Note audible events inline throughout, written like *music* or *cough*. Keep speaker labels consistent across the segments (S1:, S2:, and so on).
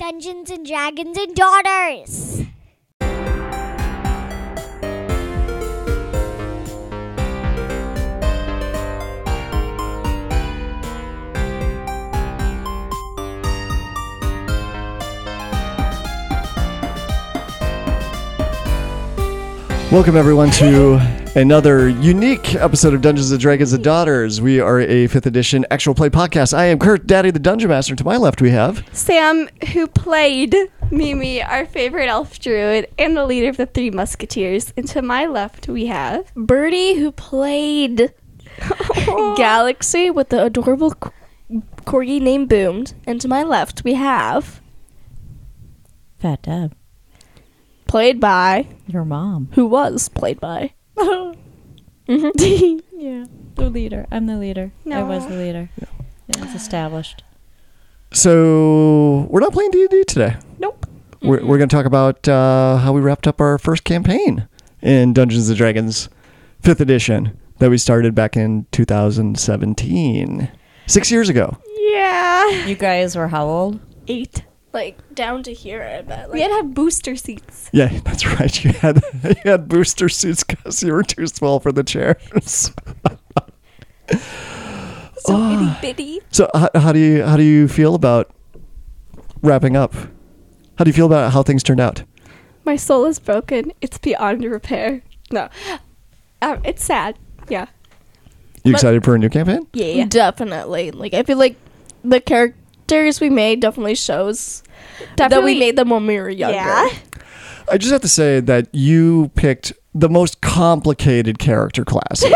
S1: Dungeons and Dragons and Daughters.
S2: Welcome everyone to another unique episode of Dungeons and Dragons and Daughters. We are a fifth edition actual play podcast. I am Kurt, Daddy the Dungeon Master. To my left, we have
S3: Sam, who played Mimi, our favorite elf druid, and the leader of the Three Musketeers. And to my left, we have
S4: Birdie, who played Galaxy with the adorable c- corgi named Boomed. And to my left, we have,
S5: Fat Deb,
S4: played by,
S5: your mom.
S4: who was played by.
S3: Mm-hmm.
S5: Yeah, the leader. I'm the leader. I was
S3: No.
S5: the leader. It was established.
S2: so we're not playing D and D today.
S3: Nope.
S2: We're, we're going to talk about uh, how we wrapped up our first campaign in Dungeons and Dragons fifth edition that we started back in 2017, six years ago.
S3: Yeah.
S5: You guys were how old?
S3: Eight.
S4: Like, down to here, I bet.
S3: We had to have booster seats.
S2: Yeah, *laughs* that's right. You had *laughs* you had booster suits because you were too small for the chairs. *laughs*
S3: So itty bitty.
S2: So how, how do you how do you feel about wrapping up? How do you feel about how things turned out?
S3: My soul is broken. It's beyond repair. No. Um, it's sad. Yeah.
S2: You
S4: But-
S2: excited for a new campaign?
S3: Yeah.
S4: Definitely. Like, I feel like the characters we made definitely shows that
S3: Definitely-
S4: we made them when we were younger.
S3: Yeah.
S2: I just have to say that you picked the most complicated character classes.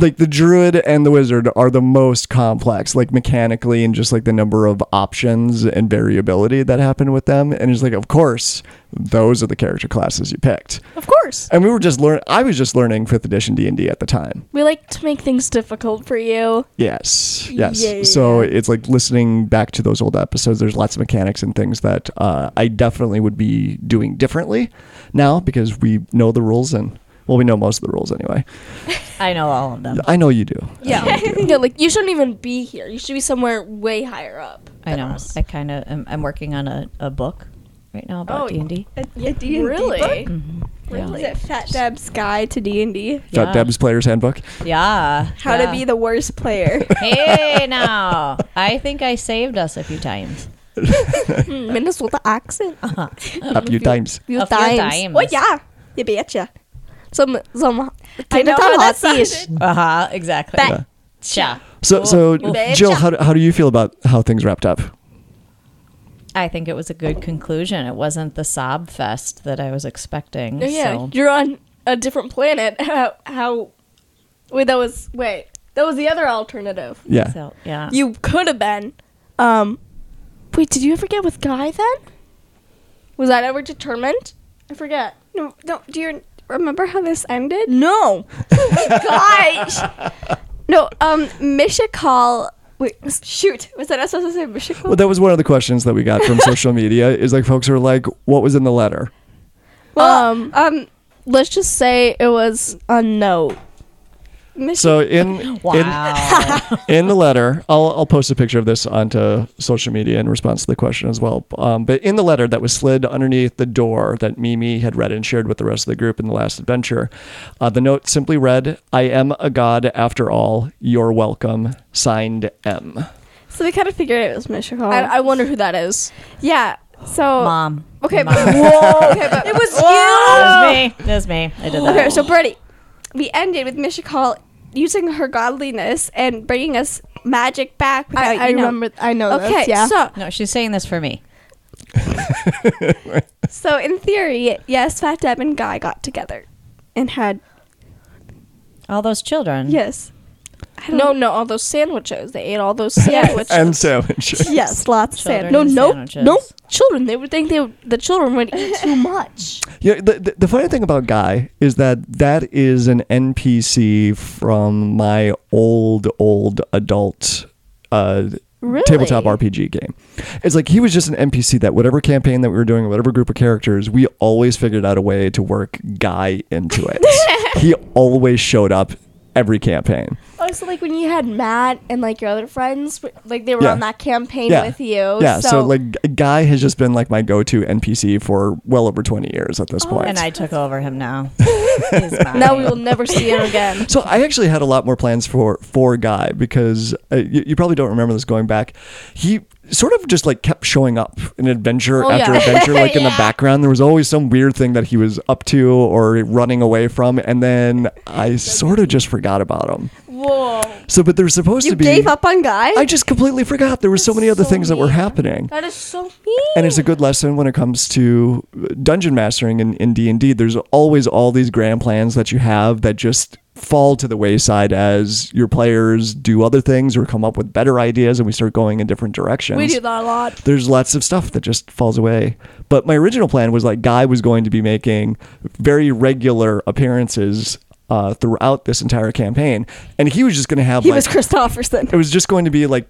S2: like the druid and the wizard are the most complex, like mechanically and just like the number of options and variability that happened with them. And it's like, of course, those are the character classes you picked.
S4: Of course.
S2: And we were just learn. I was just learning fifth edition D and D at the time.
S4: We like to make things difficult for you.
S2: Yes. Yes.
S4: Yeah.
S2: So it's like listening back to those old episodes. There's lots of mechanics and things that uh, I definitely would be doing differently now because we know the rules and well, we know most of the rules anyway.
S5: I know all of them.
S2: I know you do.
S4: Yeah. *laughs* yeah, like, you shouldn't even be here. You should be somewhere way higher up.
S5: I
S4: than
S5: know.
S4: us.
S5: I kind of. am I'm working on a, a book right now about
S4: Oh,
S5: D and D.
S3: A, a D&D
S4: Really?
S3: book?
S4: Really?
S3: Is it Fat Deb's Guide to D&D?
S2: Fat
S5: Yeah.
S2: Deb's Player's
S4: *laughs*
S2: Handbook.
S5: Yeah.
S3: How to be the worst player.
S5: hey now. I think I saved us a few times.
S4: Minnesota accent.
S2: A few times.
S4: Few
S5: a
S4: times.
S5: few times.
S3: oh, yeah. You betcha.
S4: Some some
S3: I know
S4: Tinder
S3: how that
S4: hotties.
S3: sounded.
S5: Uh huh. Exactly.
S4: Ba-
S5: Cha.
S2: So, so
S4: Bitch.
S2: Jill, how, do- how do you feel about how things wrapped up?
S5: I think it was a good conclusion. It wasn't the sob fest that I was expecting.
S4: Oh, yeah,
S5: So.
S4: you're on a different planet. How, how? Wait, that was wait. That was the other alternative.
S2: Yeah.
S5: So, yeah.
S4: You could have been. Um, wait, did you ever get with Guy then? Was that ever determined? I forget.
S3: No, no, do you remember how this ended?
S4: No. *laughs*
S3: gosh. No, um, Mishakal. Wait, shoot. Was that not supposed to say Mishakal?
S2: Well, that was one of the questions that we got
S4: *laughs*
S2: from social media. Is like folks are like, what was in the letter?
S3: Well,
S4: um,
S3: um,
S4: let's just say it was a note.
S3: Mish-
S2: So in in,
S5: *laughs* Wow.
S2: in the letter, I'll, I'll post a picture of this onto social media in response to the question as well. Um, but in the letter that was slid underneath the door that Mimi had read and shared with the rest of the group in the last adventure, uh, the note simply read, I am a god after all. You're welcome. Signed M.
S3: so we kind of figured it was Mishakal.
S4: I, I wonder who that is.
S3: yeah. So
S5: Mom.
S3: okay,
S5: Mom.
S3: but, whoa, okay, but it was
S5: That was me. *laughs* That was me. I did that.
S3: Okay, so Brady, we ended with Mishakal using her godliness and bringing us magic back. Without,
S4: I, I
S3: you know-
S4: remember. I know.
S3: Okay,
S4: this, yeah.
S3: so
S5: No, she's saying this for me.
S3: so in theory, yes, Fat Deb and Guy got together and had
S5: All those children.
S3: yes. I don't
S4: No, no, all those sandwiches. They ate all those
S3: Yes.
S4: sandwiches.
S2: And *laughs* sandwiches.
S3: Yes, lots of
S5: Children
S3: sand.
S4: no,
S5: and
S4: no,
S5: sandwiches.
S4: no, children. They would think they would, the children would *laughs* eat too much.
S2: Yeah, the, the, the funny thing about Guy is that that is an NPC from my old, old adult uh,
S4: Really?
S2: tabletop RPG game. It's like he was just an NPC that whatever campaign that we were doing, whatever group of characters, we
S4: *laughs*
S2: always figured out a way to work Guy into it. he always showed up every campaign.
S4: Oh, so like when you had Matt and like your other friends, like they were
S2: Yeah.
S4: on that campaign
S2: Yeah.
S4: with you.
S2: Yeah, so,
S4: so,
S2: like G- Guy has just been like my go-to NPC for well over 20 years at
S4: Oh,
S2: this point.
S5: And I took over
S3: *laughs*
S5: him now. He's mine.
S4: now we will never see him again.
S2: So I actually had a lot more plans for for Guy because uh, you, you probably don't remember this going back. He sort of just like kept showing up in adventure
S4: Oh,
S2: after
S4: yeah.
S2: adventure, like in the background. There was always some weird thing that he was up to or running away from, and then I sort of just forgot about him.
S4: Whoa!
S2: So, but there was supposed
S3: You
S2: to be.
S3: gave up on Guy?
S2: I just completely forgot. There were so many other things that were happening
S4: *laughs* That is so mean.
S2: and it's a good lesson when it comes to dungeon mastering in, in d&d there's always all these grand plans that you have that just fall to the wayside as your players do other things or come up with better ideas and we start going in different directions
S4: we do that a lot.
S2: there's lots of stuff that just falls away. But my original plan was like Guy was going to be making very regular appearances uh, throughout this entire campaign, and he was just going to have
S3: he
S2: like
S3: *laughs* was Christofferson.
S2: it was just going to be like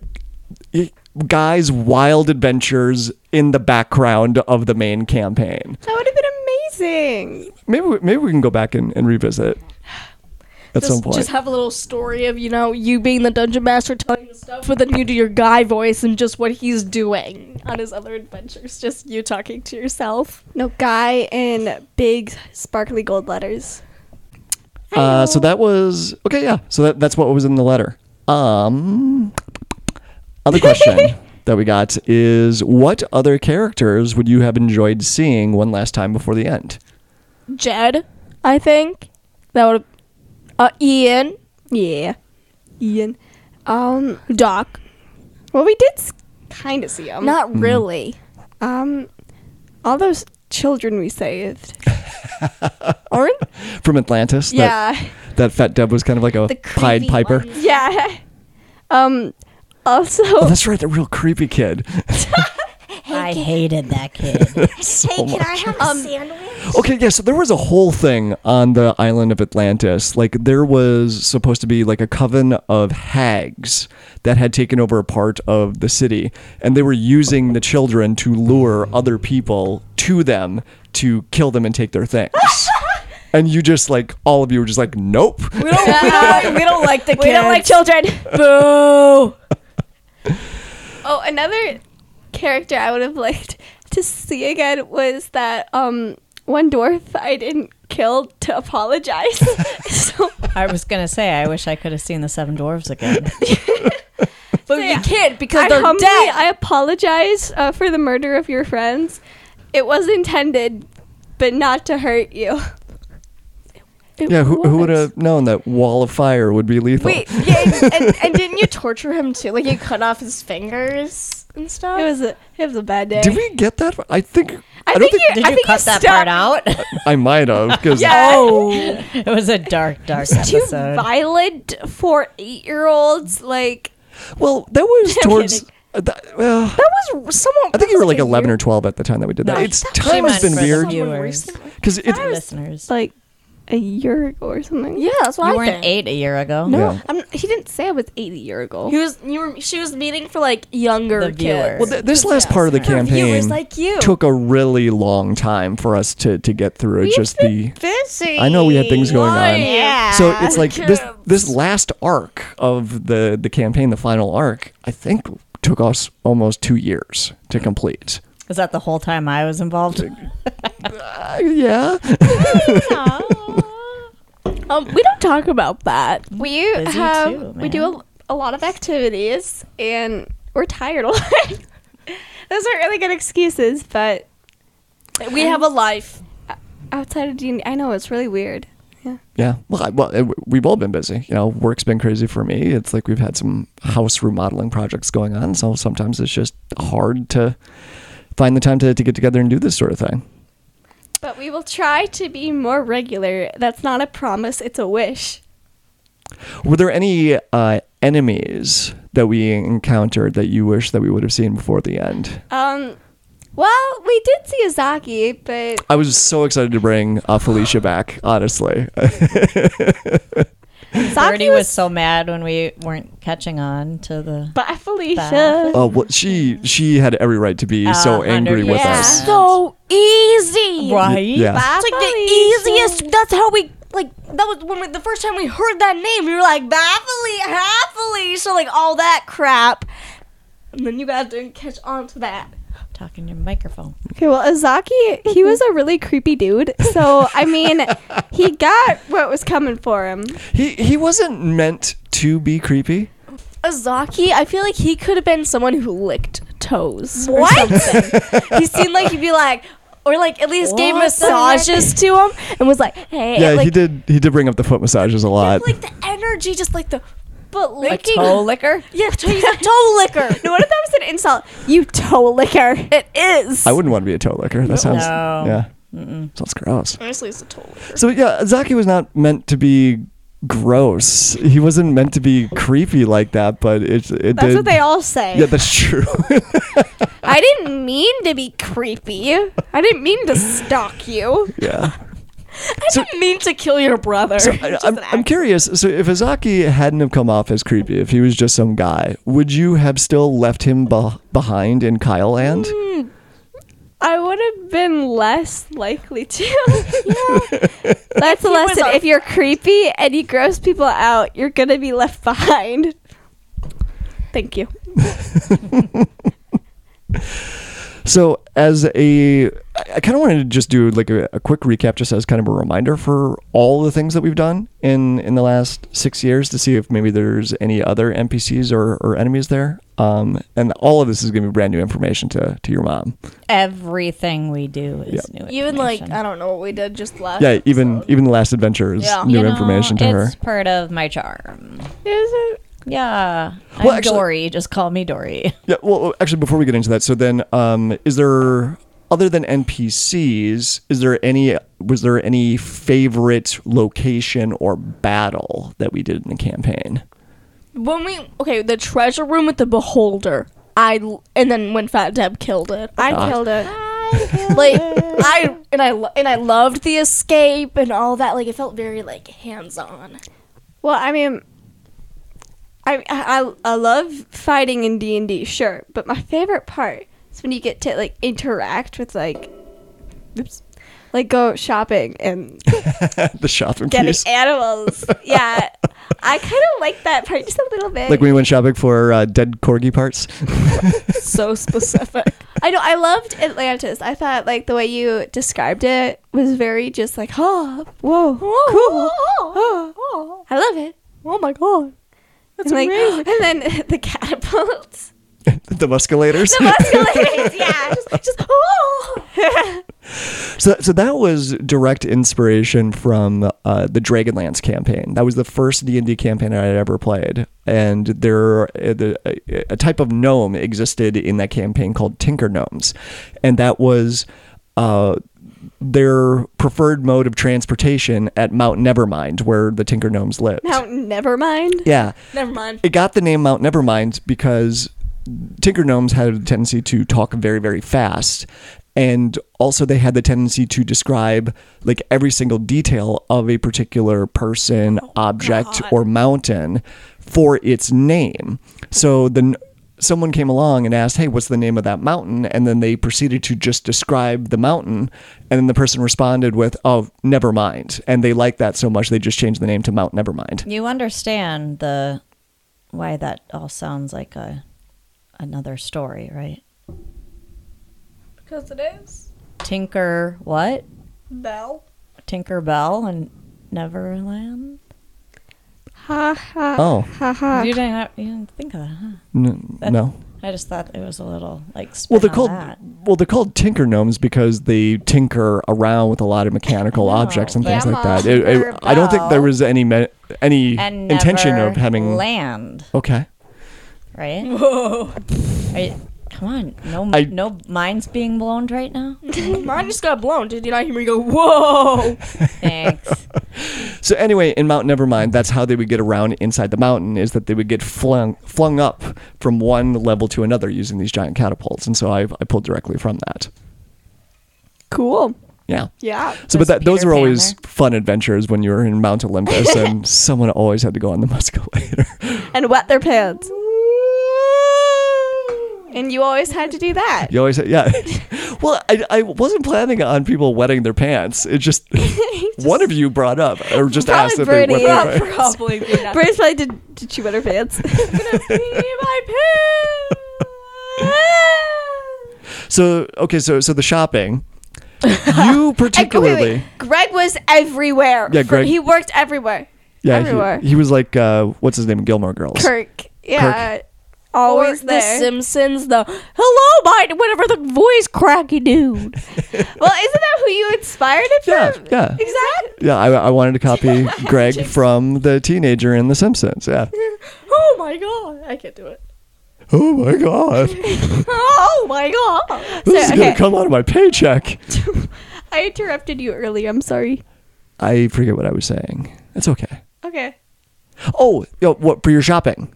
S2: i- Guy's wild adventures in the background of the main campaign.
S3: That would have been amazing.
S2: Maybe we- maybe we can go back and, and revisit at
S4: just,
S2: some point.
S4: just have a little story of you know you being the dungeon master telling you stuff, but then you do your guy voice and just what he's doing on his other adventures. Just you talking to yourself.
S3: No, Guy in big sparkly gold letters.
S2: Uh, so that was okay. Yeah. So that, that's what was in the letter. Um, other
S4: *laughs*
S2: question that we got is what other characters would you have enjoyed seeing one last time before the end?
S4: Jed, I think that would. Uh, Ian,
S3: Yeah. Ian. Um,
S4: Doc,
S3: well, we did kind of see him.
S2: Hmm.
S4: not really.
S3: Um, all those children we saved. Aren't?
S2: From Atlantis,
S3: Yeah. *laughs*
S2: that, that fat Deb was kind of like a Pied Piper.
S3: Yeah. Um, *laughs* also,
S2: Oh, that's right, the real creepy kid.
S5: I hated that
S3: *laughs*
S5: kid.
S3: Oh
S1: hey, can I have a
S6: Um,
S1: sandwich?
S2: Okay, yeah, so there was a whole thing on the island of Atlantis. Like, there was supposed to be like a coven of hags that had taken over a part of the city, and they were using the children to lure other people to them to kill them and take their
S3: *laughs*
S2: things. and you just, like, all of you were just like, nope.
S4: We don't, we don't, we
S3: *laughs*
S4: don't like the kids. We don't like children. Boo.
S3: oh, another character I would have liked to see again was that um one dwarf I didn't kill to apologize. *laughs* so,
S5: I was gonna say I wish I could have seen the Seven
S3: *laughs*
S5: Dwarves again.
S4: But
S3: yeah.
S4: you can't because
S3: I
S4: they're
S3: humbly
S4: dead.
S3: I apologize uh, for the murder of your friends. It was intended, but not to hurt you.
S2: yeah, who, who would have known that wall of fire would be lethal?
S3: *laughs*
S4: Wait, yeah, and, and, and didn't you torture him too? Like you cut off his fingers and stuff.
S3: It was a it was a bad day.
S2: Did we get that? I think. I
S3: I,
S2: don't
S3: think,
S2: think-
S3: you,
S5: Did
S3: I
S5: you
S3: think
S5: cut that part out? *laughs*
S2: I might have, because
S3: Oh,
S5: it was a dark, dark
S3: too
S5: episode.
S3: violent for eight year olds. Like
S2: Well, that was
S3: I'm
S2: towards.
S3: kidding.
S2: uh, that, well,
S4: that was somewhat.
S2: I think you were like 11 or 12 at the time that we did that.
S5: No,
S2: it's
S5: that
S2: time
S5: was
S2: has been
S5: for the
S2: weird
S5: Viewers,
S2: because it.
S5: the listeners.
S3: like a year ago or something.
S4: Yeah, that's what
S5: You
S4: I
S5: weren't
S4: think.
S5: eight a year ago.
S2: No. Yeah.
S3: I'm, he didn't say I was eight a year ago.
S4: He was. You were. She was meeting for like younger
S5: The viewer.
S4: kids.
S2: Well, th- this last part of the campaign
S4: viewers like you.
S2: took a really long time for us to to get through. It's just the.
S1: Busy.
S2: I know we had things going on.
S1: Yeah.
S2: So it's like this this last arc of the the campaign, the final arc. I think took us almost two years to complete.
S5: Was that the whole time I was involved?
S2: Uh, yeah,
S4: um, we don't talk about that.
S3: we
S5: Busy
S3: have
S5: too,
S3: we do a, a lot of activities and we're tired a *laughs* lot. Those aren't really good excuses, but
S4: We have a life.
S3: outside of D, I know it's really weird. Yeah.
S2: yeah. Well, I, well, it, we've all been busy. You know, work's been crazy for me. It's like we've had some house remodeling projects going on, so sometimes it's just hard to find the time to to get together and do this sort of thing.
S3: But we will try to be more regular. That's not a promise, it's a wish.
S2: Were there any uh, enemies that we encountered that you wish that we would have seen before the end?
S3: Um well, we did see Azaki, but
S2: I was so excited to bring uh, Felicia back. *laughs* Honestly, Uh,
S5: Birdie
S3: Azaki
S5: was,
S3: was
S5: so mad when we weren't catching on to the.
S3: by Felicia.
S5: Bad.
S2: uh, well, she she had every right to be so
S5: Uh,
S2: angry with
S5: yeah.
S2: us.
S5: So
S4: easy.
S5: Right?
S2: Yeah.
S3: Bye,
S4: It's like the
S3: Felicia.
S4: easiest. That's how we
S6: like that was when we, the first time we heard that name, we were like baffily, happily, so like all that crap, and then you guys didn't catch on to that.
S5: Talking your microphone.
S3: Okay, well, Azaki, he was a really creepy dude. So, I mean, he got what was coming for him.
S2: He he wasn't meant to be creepy.
S4: Azaki, I feel like he could have been someone who licked toes.
S6: What? he seemed like he'd be like, or like at least gave
S5: What the
S6: massages to him and was like,
S3: *laughs*
S6: hey,
S2: Yeah,
S6: like,
S2: he did. He did bring up the foot massages a lot.
S6: like the energy, just like the but
S5: A
S6: licking.
S5: toe licker?
S6: *laughs* Yeah, to-
S4: *laughs*
S6: he's a toe licker.
S3: No, what if that was an insult? You toe licker.
S6: It is.
S2: I wouldn't want to be a toe licker. That sounds
S5: No.
S2: yeah. Sounds gross.
S4: Honestly, it's a total.
S2: So yeah, Zaki was not meant to be gross. He wasn't meant to be creepy like that. But it it did.
S3: That's what they all say.
S2: yeah, that's true. *laughs*
S3: I didn't mean to be creepy. I didn't mean to stalk you.
S4: *laughs*
S2: yeah.
S4: mean to kill your brother.
S2: So I, I'm, I'm curious. So if Azaki hadn't have come off as creepy, if he was just some guy, would you have still left him beh behind in Kyle Land?
S3: I would have been less likely to. *laughs* yeah. *laughs* That's a lesson.
S4: a-
S3: If you're creepy and you gross people out, you're going to be left *laughs* behind. Thank you.
S2: So as a, I kind of wanted to just do like a, a quick recap, just as kind of a reminder for all the things that we've done in in the last six years, to see if maybe there's any other NPCs or, or enemies there. Um, and all of this is going to be brand new information to to your mom.
S5: Everything we do is new.
S4: Even like
S5: information.
S4: I don't know what we did just last.
S2: Yeah, even even the last adventure is
S4: Yeah.
S2: new
S5: uh, You know,
S2: information to her.
S5: It's part of my charm.
S3: Is
S5: Yeah. I'm
S2: Well, actually-
S5: Dory. Just call me Dory. *laughs*
S2: Yeah. Well, actually, before we get into that, so then, um, is there other than NPCs? Is there any? Was there any favorite location or battle that we did in the campaign?
S4: When we okay, the treasure room with the beholder. I l- and then when Fat Deb killed it. I
S3: killed it.
S4: like I and I lo- and I loved the escape and all that. Like it felt very like hands on. *laughs*
S3: Well, I mean, I I, I love fighting in D and D, sure, but my favorite part is when you get to like interact with like, oops, like go shopping and
S2: *laughs* the shopping
S3: getting
S2: piece.
S3: animals. yeah, I kind of like that part just a little bit.
S2: Like when we went shopping for uh, dead corgi parts.
S4: *laughs* So specific.
S3: I know I loved Atlantis. I thought like the way you described it was very just like, oh, whoa, cool, oh, I love it.
S4: oh my god.
S3: That's and, like, And then *laughs* the catapults.
S2: *laughs* the musculators.
S3: escalators, yeah. Just, just oh.
S2: *laughs* So, so that was direct inspiration from uh, the Dragonlance campaign. That was the first D and D campaign I had ever played, and there uh, the, a, a type of gnome existed in that campaign called Tinker Gnomes, and that was. Uh, their preferred mode of transportation at Mount Nevermind, where the Tinker Gnomes lived.
S3: now, never mind.
S2: Yeah.
S4: Never mind.
S2: It got the name Mount Nevermind because Tinker Gnomes had a tendency to talk very, very fast. And also, they had the tendency to describe like every single detail of a particular person, object, or mountain for its name. So then someone came along and asked, "Hey, what's the name of that mountain?" And then they proceeded to just describe the mountain, and then the person responded with, "Oh, never mind." And they liked that so much they just changed the name to Mount
S5: *laughs*
S2: Nevermind.
S5: You understand the why that all sounds like a another story, right?
S4: Because it is
S5: Tinker what?
S4: Bell.
S5: Tinker Bell and Neverland?
S3: Ha ha
S2: Oh.
S3: ha ha.
S5: You didn't have, you didn't think of that, huh?
S2: N-
S5: That-
S2: no.
S5: I just thought it was a little like spin
S2: Well, they're
S5: on
S2: called
S5: that.
S2: well, they're called tinker gnomes because they tinker around with a lot of mechanical
S5: Oh,
S2: objects and things like that. It- it- I don't think there was any me- any
S5: and
S2: intention of having.
S5: land,
S2: Okay,
S5: right? Whoa! come on, no,
S2: I-
S5: no minds being blown right now.
S4: Mine just got blown. Did you not hear me go? Whoa!
S2: *laughs*
S5: Thanks.
S2: so anyway, in Mount Nevermind, that's how they would get around inside the mountain is that they would get flung flung up from one level to another using these giant catapults, and so I I pulled directly from that.
S3: Cool.
S2: Yeah.
S3: Yeah.
S2: So, but
S5: Was
S2: that, those
S5: Peter
S2: were
S5: Pan
S2: always
S5: there?
S2: fun adventures when you were in Mount Olympus,
S5: *laughs*
S2: and someone always had to go on the *laughs* musculator.
S3: *sniffs* And wet their pants. And you always had to do that.
S2: You always, yeah. *laughs* Well, I, I wasn't planning on people wetting their pants. It just, one of you brought up or just asked if they wet
S3: Brady.
S2: their pants.
S6: Probably be not.
S3: Brace probably did, did she wet her *laughs* pants? *laughs*
S2: So okay, so so the shopping. You particularly,
S3: Wait, wait. Greg was everywhere.
S2: Yeah,
S3: For-
S2: Greg-
S3: he worked everywhere.
S2: yeah,
S3: everywhere.
S2: he, he was like, uh, what's his name, Gilmore Girls.
S3: Kirk. Yeah. Always
S4: or The
S3: there.
S4: Simpsons, the hello, my whatever the voice cracky dude.
S3: well, isn't that who you inspired it
S2: Yeah,
S3: from?
S2: yeah.
S3: Exactly.
S2: Yeah, I, I wanted to copy Greg from the teenager in The Simpsons. Yeah.
S4: oh my god, I can't do it.
S2: Oh my god, this
S4: Oh my god.
S2: is gonna come out of my paycheck.
S3: I interrupted you earlier. I'm sorry.
S2: I forget what I was saying. It's okay.
S3: Okay.
S2: Oh, yo, what for your shopping?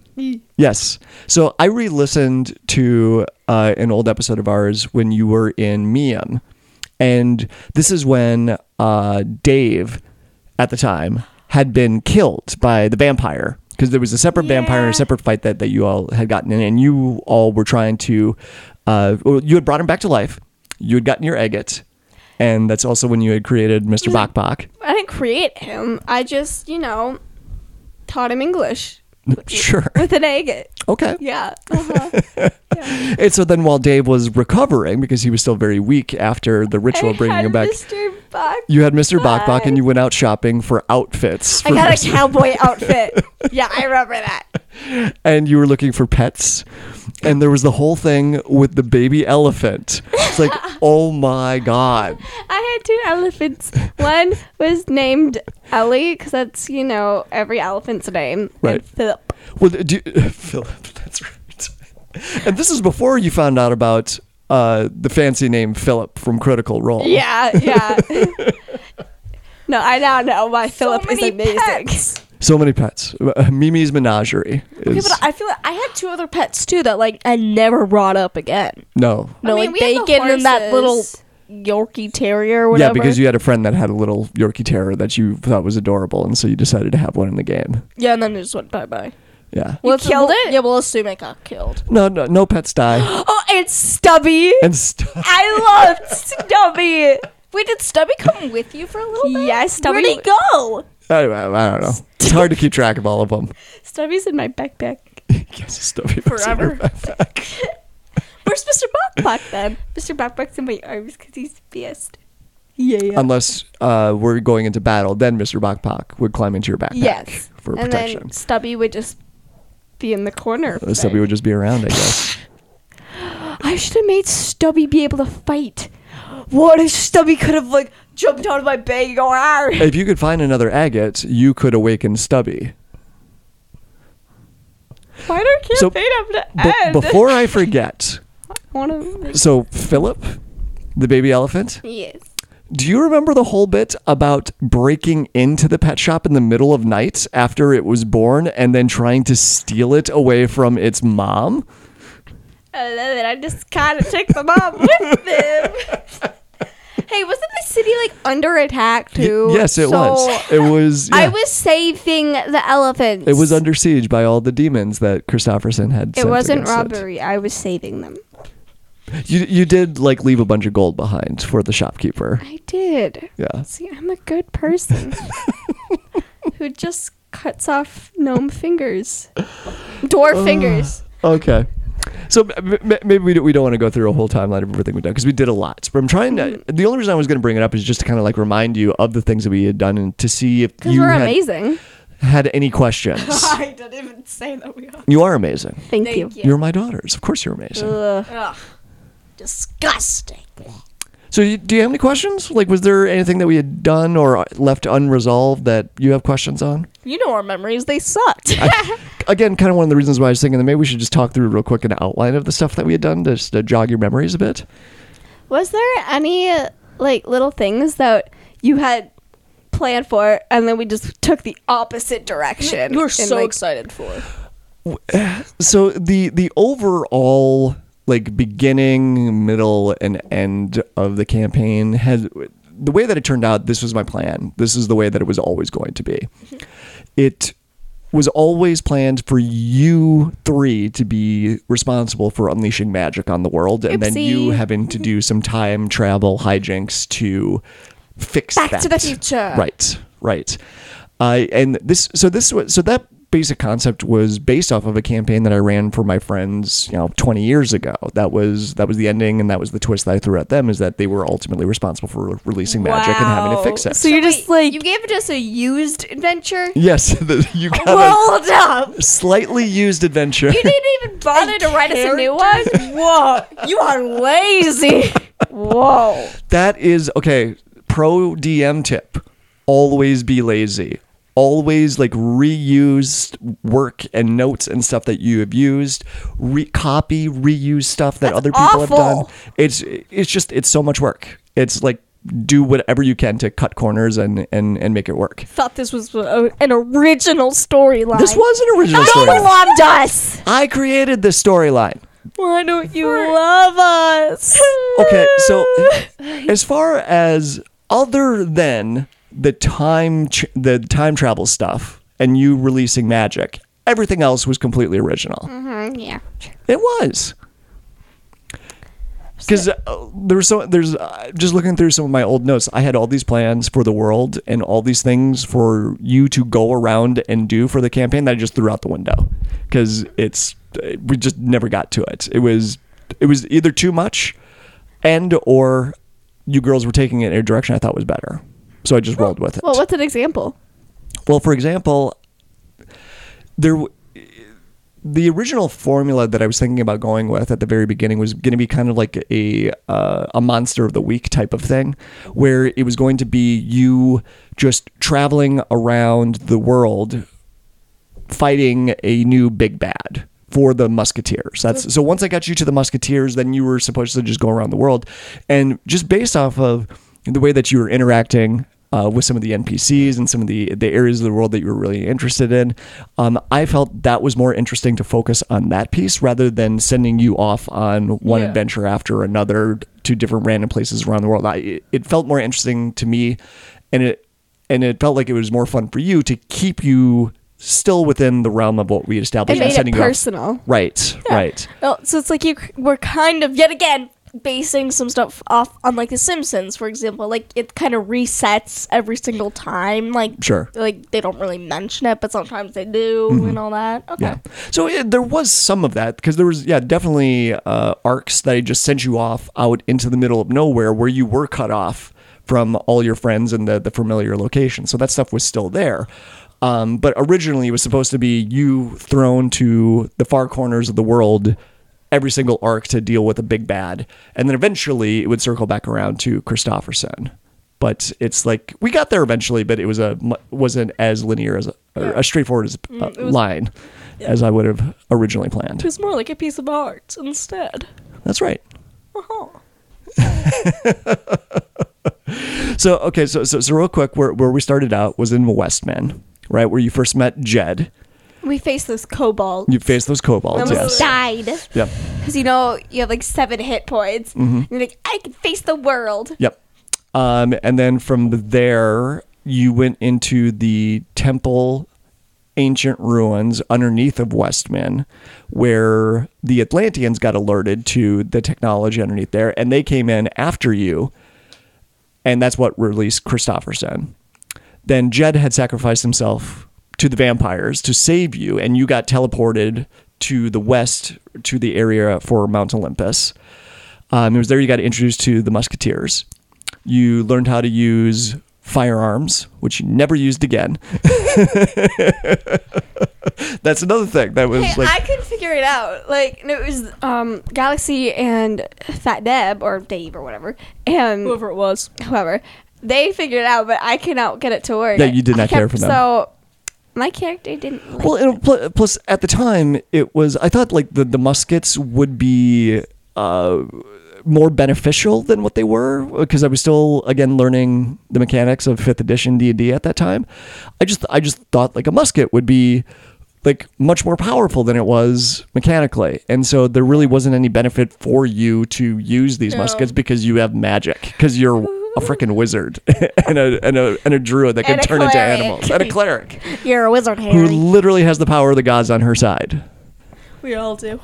S2: Yes. So I re-listened to uh, an old episode of ours when you were in Miam, and this is when uh, Dave, at the time, had been killed by the vampire because there was a separate vampire and a separate fight that that you all had gotten in, and you all were trying to, uh, well, you had brought him back to life. You had gotten your agate, and that's also when you had created Mister Bok Bok.
S3: I didn't create him. I just, you know, taught him English
S2: *laughs* Sure.
S3: with an agate.
S2: Okay.
S3: Yeah. Uh-huh.
S2: And so then while Dave was recovering, because he was still very weak after the ritual of bringing him back,
S3: Mr. Buck.
S2: you had Mr. Bok Bok and you went out shopping for outfits.
S3: I
S2: for *laughs*
S3: got
S2: Mr.
S3: a cowboy
S2: *laughs*
S3: outfit. yeah, I remember that.
S2: and you were looking for pets. And there was the whole thing with the baby elephant. It's
S3: *laughs*
S2: like, oh my God.
S3: I had two elephants. One was named Ellie because that's you know every elephant's name.
S2: Right.
S3: And Philip.
S2: Well, do you, *laughs* Philip, that's right. And this is before you found out about uh, the fancy name Philip from Critical Role.
S3: Yeah,
S2: *laughs*
S3: yeah. no, I now know why Philip is
S6: many
S3: amazing.
S6: pets.
S2: So many pets. Uh, Mimi's Menagerie. Is,
S4: Yeah, but I feel like I had two other pets too that like I never brought up again.
S2: no.
S4: No,
S3: I mean,
S4: like
S3: we
S4: they
S3: had the
S4: get in that little
S3: horses.
S4: Yorkie Terrier or whatever.
S2: Yeah, because you had a friend that had a little Yorkie Terrier that you thought was adorable, and so you decided to have one in the game.
S4: yeah, and then it just went bye bye.
S2: Yeah.
S4: Well,
S3: killed it?
S4: Yeah, we'll assume it got killed.
S2: No, no, no pets die.
S3: *gasps*
S4: Oh, it's Stubby.
S2: and stuff. *laughs*
S3: *laughs* I loved Stubby.
S4: Wait, did Stubby come with you for a little bit?
S3: yes, Stubby.
S4: *laughs* Where'd he go?
S2: I, don't- I don't know. It's hard to keep track of all of them. *laughs*
S3: Stubby's in my backpack.
S2: yes, Stubby was in her backpack.
S4: Where's Mr. Buck Buck then?
S3: Mr. Backpack's in my arms because he's fierce.
S4: Yeah,
S2: *laughs*
S4: yeah.
S2: Unless uh, we're going into battle, then Mr. Bokpak would climb into your backpack
S3: Yes.
S2: *laughs* for
S3: and
S2: protection.
S3: then Stubby would just be in the corner.
S2: Uh, Stubby would just be around, I guess.
S3: I should have made Stubby be able to fight. What if Stubby could have like jumped out of my bag and go,
S4: "Ah,
S3: "Arr!"
S2: if you could find another agate, you could awaken Stubby.
S3: Why do I can't
S2: So,
S3: think of the
S2: But
S3: end?
S2: before I forget,
S3: I wanna-
S2: so Philip, the baby elephant,
S3: yes.
S2: Do you remember the whole bit about breaking into the pet shop in the middle of night after it was born and then trying to steal it away from its mom?
S3: I love it. I just kind of took the mom with them.
S2: *laughs*
S3: hey, wasn't the city like under attack too?
S2: yes, it
S3: So,
S2: was. It was.
S3: I
S2: yeah.
S3: was saving the elephants.
S2: It was under siege by all the demons that Christopherson had.
S3: It
S2: sent
S3: wasn't
S2: against it.
S3: robbery. I was saving them.
S2: You you did like leave a bunch of gold behind for the shopkeeper.
S3: I did.
S2: Yeah.
S3: See, I'm a good person
S2: *laughs*
S3: who just cuts off
S2: *laughs*
S3: gnome fingers, dwarf
S2: Oh,
S3: fingers.
S2: Okay. So m- m- maybe we, do, we don't want to go through a whole timeline of everything we've done because we did a lot. But I'm trying to.
S3: Hmm.
S2: The only reason I was going to bring it up is just to kind of like remind you of the things that we had done and to see if
S3: Because
S2: you
S3: we're
S2: had,
S3: amazing.
S2: had any questions.
S4: *laughs* I didn't even say that we are.
S2: You are amazing.
S3: Thank, you.
S2: You're my daughters. Of course, you're amazing.
S4: Disgusting.
S2: So, you, do you have any questions? Like, was there anything that we had done or left unresolved that you have questions on?
S4: You know our memories, they *laughs* sucked.
S2: Again, kind of one of the reasons why I was thinking that maybe we should just talk through real quick an outline of the stuff that we had done just to jog your memories a bit.
S3: Was there any uh, like little things that you had planned for, and then we just took the opposite direction?
S4: you were
S3: and,
S4: so
S3: like,
S4: excited for it.
S2: So, the the overall like beginning, middle, and end of the campaign had the way that it turned out. This was my plan. This is the way that it was always going to be. It was always planned for you three to be responsible for unleashing magic on the world, and then you
S3: Oopsie.
S2: having to do some time travel hijinks to fix
S3: Back
S2: that.
S3: to the future.
S2: Right, right. Uh, and this, so this was, so that basic concept was based off of a campaign that I ran for my friends, you know, 20 years ago. That was, that was the ending. And that was the twist that I threw at them is that they were ultimately responsible for releasing magic and having to fix it.
S4: So you're just
S3: Wait,
S4: like
S3: you gave us a used adventure.
S2: yes, *laughs* the,
S3: *laughs*
S2: you got a
S6: Hold up.
S2: slightly used adventure.
S3: You didn't
S4: *laughs*
S3: even bother to write us a new one.
S6: Whoa. You are lazy.
S3: *laughs*
S6: Whoa.
S2: That is okay. Pro DM tip: always be lazy. Always like reuse work and notes and stuff that you have used. Re- copy, reuse stuff that other people have
S6: awful.
S2: done. It's it's just it's so much work. It's like do whatever you can to cut corners and and and make it work.
S4: thought this was uh, an original storyline.
S2: This was an original story.
S6: Loved us.
S2: I created this storyline.
S4: Why don't you
S3: *laughs*
S4: love us?
S2: Okay, so as far as other than the time ch- the time travel stuff and you releasing magic, everything else was completely original.
S3: yeah.
S2: It was. Because uh, there was so there's uh, just looking through some of my old notes. I had all these plans for the world and all these things for you to go around and do for the campaign that I just threw out the window because it's uh, we just never got to it. It was it was either too much, and or you girls were taking it in a direction I thought was better. So I just rolled with it.
S3: Well, what's an example?
S2: Well, for example, there w- the original formula that I was thinking about going with at the very beginning was going to be kind of like a uh, a monster of the week type of thing, where it was going to be you just traveling around the world fighting a new big bad for the musketeers that's so once i got you to the musketeers then you were supposed to just go around the world and just based off of the way that you were interacting uh, with some of the npcs and some of the the areas of the world that you were really interested in um, i felt that was more interesting to focus on that piece rather than sending you off on one adventure after another to different random places around the world I, it felt more interesting to me and it and it felt like it was more fun for you to keep you still within the realm of what we established.
S3: It
S2: and
S3: made it
S2: sending you off-
S3: personal.
S2: Right, right.
S4: Oh, so it's like you c- were kind of yet again basing some stuff off on like The Simpsons, for example. Like it kind of resets every single time. Like
S2: Sure. Mm-hmm.
S4: like they don't really mention it, but sometimes they do and all that. Okay.
S2: Yeah. So yeah, there was some of that because there was, yeah, definitely uh, arcs that I just sent you off out into the middle of nowhere where you were cut off from all your friends and the, the familiar location. So that stuff was still there. Um, but originally, it was supposed to be you thrown to the far corners of the world every single arc to deal with a big bad. And then eventually, it would circle back around to Christofferson. But it's like we got there eventually, but it was a mu- wasn't as linear as a, or as straightforward as a
S3: Mm,
S2: line as I would have originally planned.
S4: It's more like a piece of art instead.
S2: That's right.
S4: Uh-huh.
S2: So okay, so so, so real quick, where where we started out was in Westman, right, where you first met Jed.
S3: We faced those
S2: *laughs*
S3: kobolds.
S2: You faced those kobolds, yes.
S3: Almost died.
S2: Yep.
S3: Because you know, you have like seven hit points.
S2: Mm-hmm.
S3: And you're like, I can face the world.
S2: Yep. Um, and then from there, you went into the temple ancient ruins underneath of Westman, where the Atlanteans got alerted to the technology underneath there, and they came in after you, and that's what released Christopherson. Then Jed had sacrificed himself to the vampires to save you, and you got teleported to the west to the area for Mount Olympus. Um, it was there you got introduced to the Musketeers. You learned how to use firearms, which you never used again. *laughs* That's another thing that was
S3: Hey,
S2: like
S3: I could figure it out. Like, and it was um, Galaxy and Fat Deb, or Dave, or whatever. And
S4: Whoever it was.
S3: whoever. They figured it out, but I cannot get it to work.
S2: Yeah, you did
S3: I
S2: not
S3: kept-
S2: care for them.
S3: So my character didn't like
S2: Well, and pl- plus at the time it was I thought like the the muskets would be uh, more beneficial than what they were because I was still again learning the mechanics of fifth edition D and D at that time. I just I just thought like a musket would be like much more powerful than it was mechanically, and so there really wasn't any benefit for you to use these muskets because you have magic because you're a freaking wizard *laughs* and a and a and a druid that can
S3: And a
S2: turn into
S3: cleric.
S2: animals and a cleric
S4: You're a wizard,
S2: who literally has the power of the gods on her side.
S4: We all do.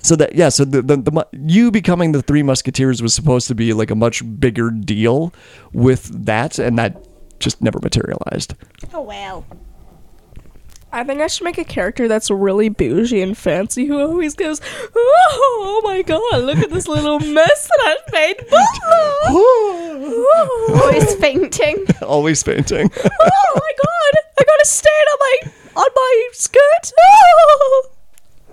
S2: So that yeah, so the, the the mu- you becoming the three musketeers was supposed to be like a much bigger deal with that, and that just never materialized.
S4: *laughs* I think I should make a character that's really bougie and fancy who always goes, oh, my god, look at this little mess that I've made. *laughs*
S3: *laughs*
S4: Oh, Butler.
S3: Always *laughs* fainting.
S2: *laughs* Always fainting. *laughs*
S4: Oh my god, I got a stain on my on my skirt. *laughs* Oh.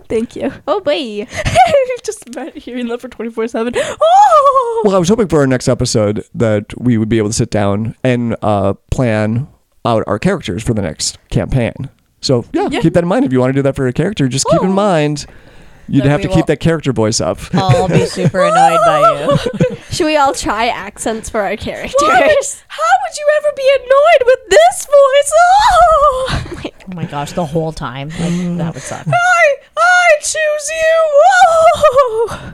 S4: Thank you.
S3: Oh boy.
S4: *laughs* Just about hearing that for 24-7. Oh.
S2: well, I was hoping for our next episode that we would be able to sit down and uh, plan out our characters for the next campaign. So yeah, keep that in mind if you want to do that for a character. Just keep in mind you'd
S5: That
S2: have
S5: we
S2: to keep
S5: will-
S2: that character voice up.
S5: I'll be super annoyed by you.
S3: *laughs* Should we all try accents for our characters?
S4: How would you ever be annoyed with this voice? Oh.
S5: Oh my gosh, the whole time. Like, that would
S3: *laughs*
S5: suck.
S4: I I choose you. Oh.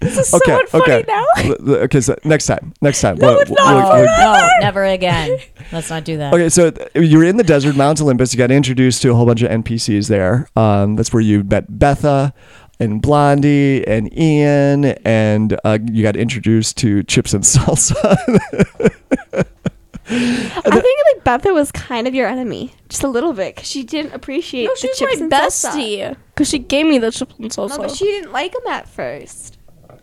S4: This is so unfunny
S2: okay.
S4: now.
S2: L- l- okay, so next time, next
S4: *laughs*
S2: time. we'll- we'll-
S5: Oh,
S2: we'll-
S5: no, never again. Let's not do that.
S2: Okay, so th- you were in the desert, Mount Olympus. You got introduced to a whole bunch of NPCs there. Um, that's where you met Betha and Blondie and Ian, and uh, you got introduced to Chips and Salsa. *laughs*
S3: I think like Betha was kind of your enemy, just a little bit, 'cause she didn't appreciate
S4: No,
S3: the
S4: she's
S3: chips
S4: my
S3: and salsa.
S4: bestie. Because she gave me the chips and
S3: No,
S4: salsa.
S3: but she didn't like him at first.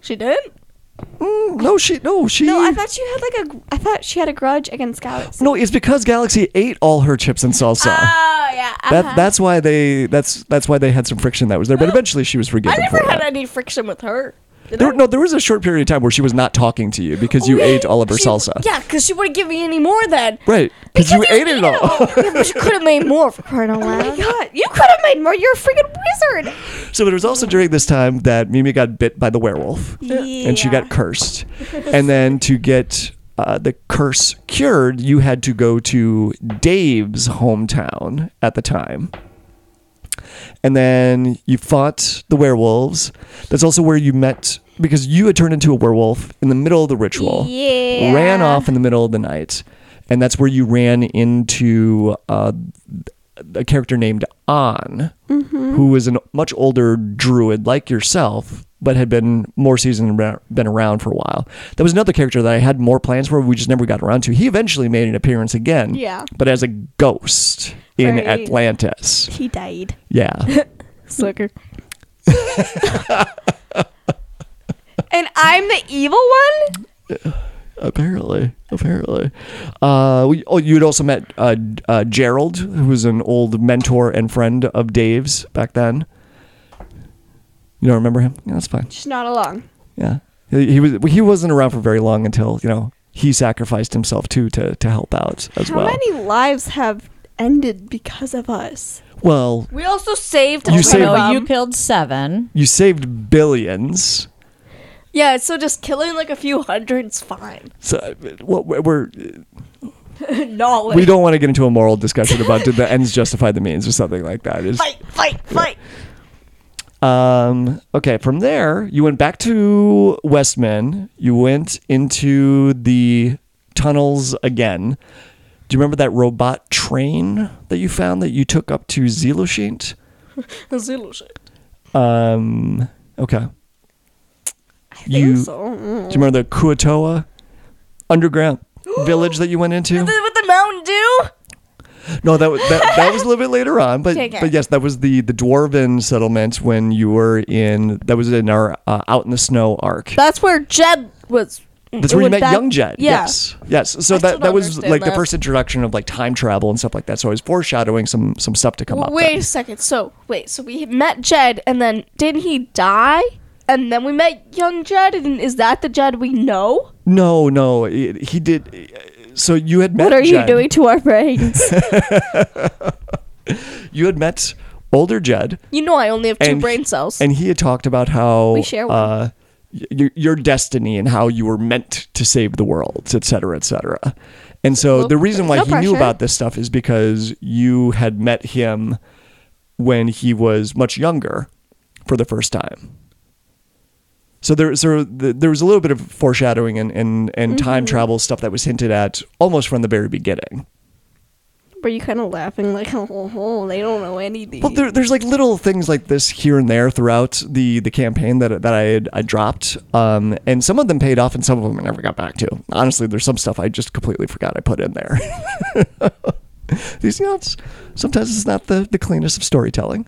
S4: she did?
S2: Mm, no, she, no, she.
S3: No, I thought she had like a. gr- I thought she had a grudge against Galaxy.
S2: No, it's because Galaxy ate all her chips and salsa.
S4: Ah,
S3: Oh yeah. uh-huh.
S2: that, that's why they that's that's why they had some friction that was there, but eventually she was forgiven.
S4: I never
S2: for
S4: had
S2: that.
S4: any friction with her. Did
S2: There,
S4: I?
S2: no, there was a short period of time where she was not talking to you because you ate all of her
S4: Oh, She-
S2: salsa.
S4: Yeah, because she wouldn't give me any more then.
S2: Right, because you ate it all.
S4: yeah, but she could have made more for crying out loud.
S3: Oh my God, you could have made more. You're a freaking wizard.
S2: *laughs* So it was also during this time that Mimi got bit by the werewolf and she got cursed. and then to get uh, the curse cured, you had to go to Dave's hometown at the time. And then you fought the werewolves. That's also where you met because you had turned into a werewolf in the middle of the ritual.
S3: Yeah.
S2: Ran off in the middle of the night. And that's where you ran into uh, a character named An, who was a much older druid like yourself, but had been more seasoned and ra- been around for a while. That was another character that I had more plans for. We just never got around to. He eventually made an appearance again,
S3: Yeah.
S2: but as a ghost in
S3: Right.
S2: Atlantis.
S3: He died. *laughs*
S2: Yeah,
S4: Sucker.
S3: And I'm the evil one.
S2: apparently, apparently. Uh, we, oh, you'd also met uh, uh, Gerald, who was an old mentor and friend of Dave's back then. You don't remember him? Yeah, that's fine.
S3: Just not along.
S2: Yeah, he, he was he wasn't around for very long until you know he sacrificed himself too to to help out as
S3: How
S2: well.
S3: many lives have ended because of us?
S2: Well,
S6: We also saved.
S2: You
S5: You
S2: saved-
S5: you killed seven.
S2: you saved billions.
S4: Yeah, so just killing like a few hundred's fine. *laughs*
S2: So uh, well, we're we're-
S4: no,
S2: we don't want to get into a moral discussion about did the ends justify the means or something like that. It's-
S6: Fight! Fight!
S4: *laughs*
S6: Fight!
S2: Um, okay, from there, you went back to Westman. You went into the tunnels again. Do you remember that robot train that you found that you took up to Zeloshint?
S4: That's illusion.
S2: Um, okay. You, do
S3: So
S2: you remember the Kuatoa underground village that you went into?
S6: With the Mountain Dew.
S2: No, that was that, that was a little bit later on, but
S6: Okay, okay.
S2: but yes, that was the the dwarven settlement when you were in that was in our uh, out in the snow arc.
S4: That's where Jed was.
S2: That's where you
S4: when
S2: met
S4: that-
S2: Young Jet.
S4: yeah.
S2: Yes. Yes. So
S4: I still
S2: that, that
S4: don't
S2: was
S4: understand
S2: like the
S4: that.
S2: first introduction of like time travel and stuff like that. So I was foreshadowing some some stuff to come up.
S4: Wait
S2: then.
S4: a second. So wait. So we met Jed, and then didn't he die? And then we met young Jed, and is that the Jed we know?
S2: No, no. it- he did. uh, So you had met.
S3: what are you
S2: Jed.
S3: doing to our brains?
S2: You had met older Jed,
S4: You know, I only have two
S2: And-
S4: brain cells.
S2: and he had talked about how
S3: We share one.
S2: Uh, y- your, your destiny and how you were meant to save the world, et cetera, et cetera. And so the reason why
S3: no
S2: he knew
S3: pressure.
S2: about this stuff is because you had met him when he was much younger for the first time. So there, so the, there was a little bit of foreshadowing and and, and
S3: Mm-hmm.
S2: time travel stuff that was hinted at almost from the very beginning.
S3: Were you kind of laughing like, *laughs* oh, oh, oh, they don't know anything?
S2: Well, there, there's like little things like this here and there throughout the the campaign that that I had, I dropped, um, and some of them paid off, and some of them I never got back to. Honestly, there's some stuff I just completely forgot I put in there. *laughs* These, you know, it's, sometimes it's not the, the cleanest of storytelling.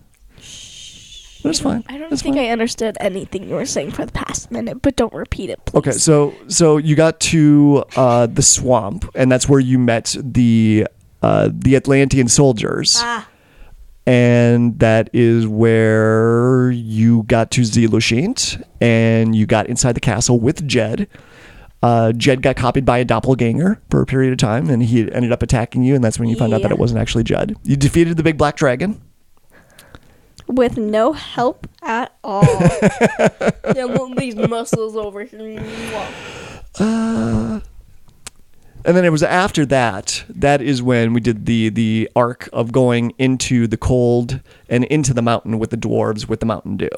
S2: But it's fine.
S3: I don't
S2: It's
S3: think
S2: fine.
S3: I understood anything you were saying for the past minute, but don't repeat it, please.
S2: Okay, so so you got to uh, the swamp, and that's where you met the uh, the Atlantean soldiers, and that is where you got to Zilushint, and you got inside the castle with Jed. Uh, Jed got copied by a doppelganger for a period of time, and he ended up attacking you, and that's when you found out that it wasn't actually Jed. You defeated the big black dragon.
S3: With no help at all.
S2: *laughs*
S4: Yeah, look at these muscles over
S2: *laughs*
S4: here.
S2: and then it was after that that is when we did the the arc of going into the cold and into the mountain with the dwarves with the mountain dew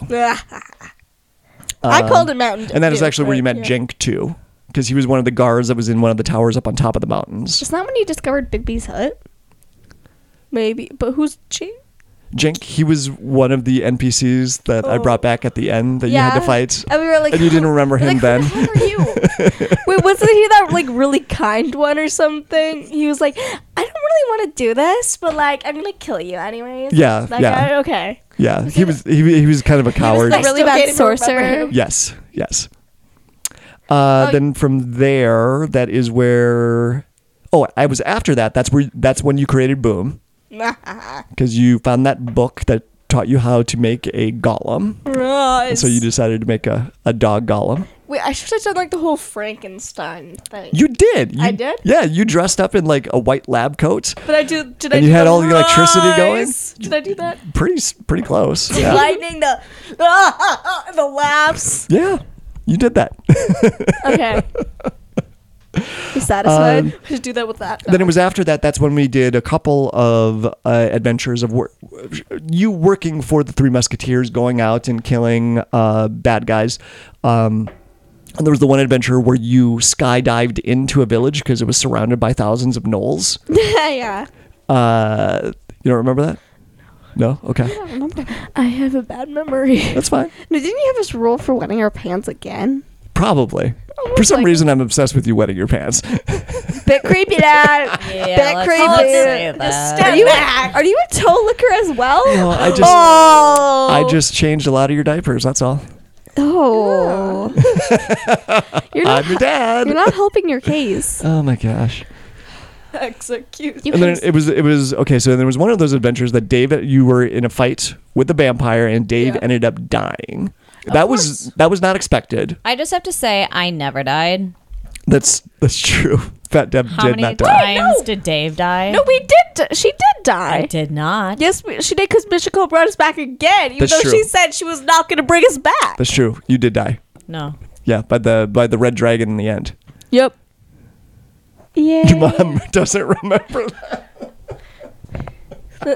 S4: I called it Mountain Dew.
S2: Um, and that is actually where you met jenk too because he was one of the guards that was in one of the towers up on top of the mountains
S3: Is that when you discovered Bigby's hut?
S4: Maybe, but who's cheap?
S2: jenk he was one of the npcs that i brought back at the end that you had to
S3: Yeah.
S2: fight
S3: And we were like,
S2: and you didn't
S4: *laughs*
S2: remember him then
S3: Who are you?
S2: *laughs*
S4: Wait, wasn't he that like really kind one or something? He was like, I don't really want to do this, but like I'm gonna kill you anyways.
S2: yeah
S4: That
S2: yeah
S4: guy, okay.
S2: yeah he was he, he was kind of a coward
S3: Like, really
S4: still
S3: bad
S4: can't even remember
S3: sorcerer.
S2: Yes, yes.
S4: Oh,
S2: Uh, then from there, that is where. Oh, I was after that. That's where. That's when you created
S4: *laughs*
S2: Boom, because you found that book that taught you how to make a golem,
S4: Right.
S2: and so you decided to make a, a dog golem.
S4: Wait, I should have done like the whole Frankenstein thing.
S2: You did. You,
S4: I did?
S2: Yeah, you dressed up in like a white lab coat.
S4: but I do. Did I?
S2: And
S4: do
S2: you had
S4: the
S2: all the electricity going?
S4: rise? Did I do that?
S2: Pretty s- pretty
S4: *laughs*
S2: close. Yeah.
S6: lightning, the the laughs.
S2: yeah, you did that.
S3: Okay. You satisfied?
S2: Um,
S4: I should do that with that.
S2: then it was after that that's when we did a couple of uh, adventures of wor- you working for the three musketeers going out and killing uh, bad guys um, and there was the one adventure where you skydived into a village because it was surrounded by thousands of gnolls
S3: *laughs* yeah.
S2: uh, you don't remember that no okay
S3: I have a bad
S4: *laughs*
S3: memory.
S2: that's fine
S3: No, didn't you have us roll for wetting our pants again?
S2: probably
S3: Oh
S2: for some reason i'm obsessed with you wetting your
S3: *laughs*
S2: pants
S3: Bit creepy, *laughs* Dad.
S5: Yeah,
S3: Bit
S5: let's
S3: creepy.
S5: not say that.
S3: Are you, a, are you a toe licker as well?
S2: no, i just
S3: Oh.
S2: i just changed a lot of your diapers that's all
S3: Oh. you're not.
S2: i'm your dad
S3: You're not helping
S2: *laughs*
S3: your case.
S2: oh my gosh
S4: execute.
S3: You
S2: and
S3: can
S2: then it was it was okay. So there was one of those adventures that Dave you were in a fight with a vampire, and Dave ended up dying. That was that was not expected.
S5: I just have to say, I never died.
S2: That's that's true. *laughs* Fat Deb
S5: How
S2: did
S5: many
S2: not
S5: times
S2: die.
S5: did Dave die?
S3: No, we did. She did
S5: I
S3: die.
S5: did not.
S3: Yes, we, she did because Michiko brought us back again, even
S2: That's
S3: though
S2: true.
S3: she said she was not going to bring us back.
S2: That's true. You did die.
S5: No.
S2: Yeah, by the by the red dragon in the end.
S4: Yep.
S2: *laughs* Your
S3: Yeah.
S2: mom doesn't remember. That.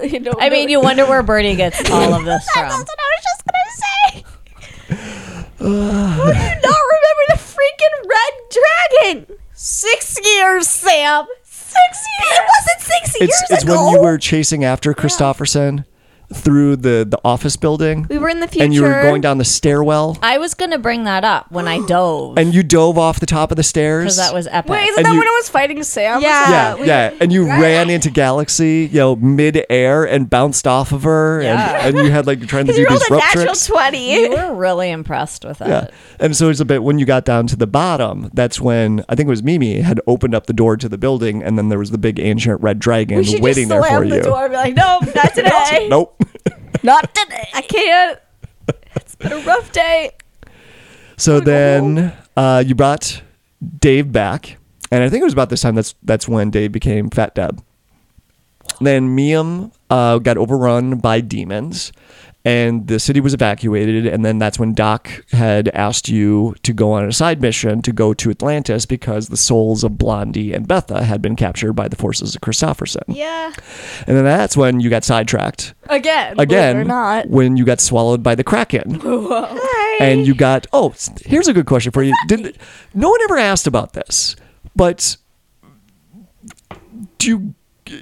S4: you know,
S5: I mean, you wonder where Birdie
S4: *laughs*
S5: gets all of this from.
S3: I was just going to say. How do you not remember the freaking red dragon? Six years, Sam. Six years. It wasn't six
S2: It's it's when you were chasing after Christofferson through the the office building,
S3: we were in the future.
S2: and you were going down the stairwell,
S5: I was gonna bring that up when I dove
S2: and you dove off the top of the stairs.
S5: because that was epic.
S4: Wait, isn't
S2: And
S4: that
S2: you-
S4: when I was fighting Sam?
S3: Yeah.
S2: yeah,
S3: we-
S2: yeah. And you ran into Galaxy, you know, mid air and bounced off of her,
S5: Yeah.
S2: and, and you had like trying to do
S3: You rolled
S2: these
S3: a
S2: rope
S3: natural
S2: tricks.
S3: 20.
S5: You were really impressed with it.
S2: yeah. And so it's a bit when you got down to the bottom, that's when I think it was Mimi had opened up the door to the building, and then there was the big ancient red dragon
S4: We should
S2: waiting there
S4: just slam
S2: for
S4: the
S2: you.
S4: door and be like, no, not today.
S2: *laughs* Nope.
S4: *laughs* Not today. I can't. It's been a rough day.
S2: So then uh, you brought Dave back, and I think it was about this time that's that's when Dave became Fat Deb. Then Miam uh, got overrun by demons, and the city was evacuated. And then that's when Doc had asked you to go on a side mission to go to Atlantis because the souls of Blondie and Betha had been captured by the forces of Christofferson.
S4: Yeah.
S2: And then that's when you got sidetracked
S4: Again. believe it
S2: again
S4: Or not.
S2: when you got swallowed by the Kraken.
S6: sorry.
S2: and you got oh s- here's a good question for you did no one ever asked about this but do you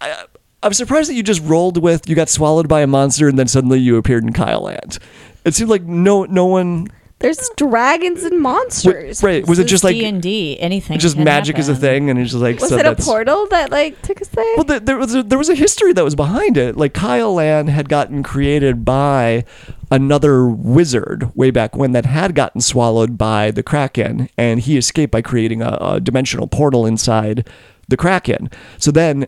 S2: I, i'm surprised that you just rolled with you got swallowed by a monster and then suddenly you appeared in kyle land it seemed like no no one
S3: There's dragons and monsters.
S2: right was it just like
S5: D and D? Anything?
S2: just
S5: can
S2: magic is a
S5: happen.
S2: thing and it's just like
S3: Was
S2: so
S3: it a
S2: that's-
S3: portal that like took us there?
S2: well, there, there was a, there was a history that was behind it. Like Kyle Land had gotten created by another wizard way back when that had gotten swallowed by the Kraken, and he escaped by creating a, a dimensional portal inside the Kraken. So then.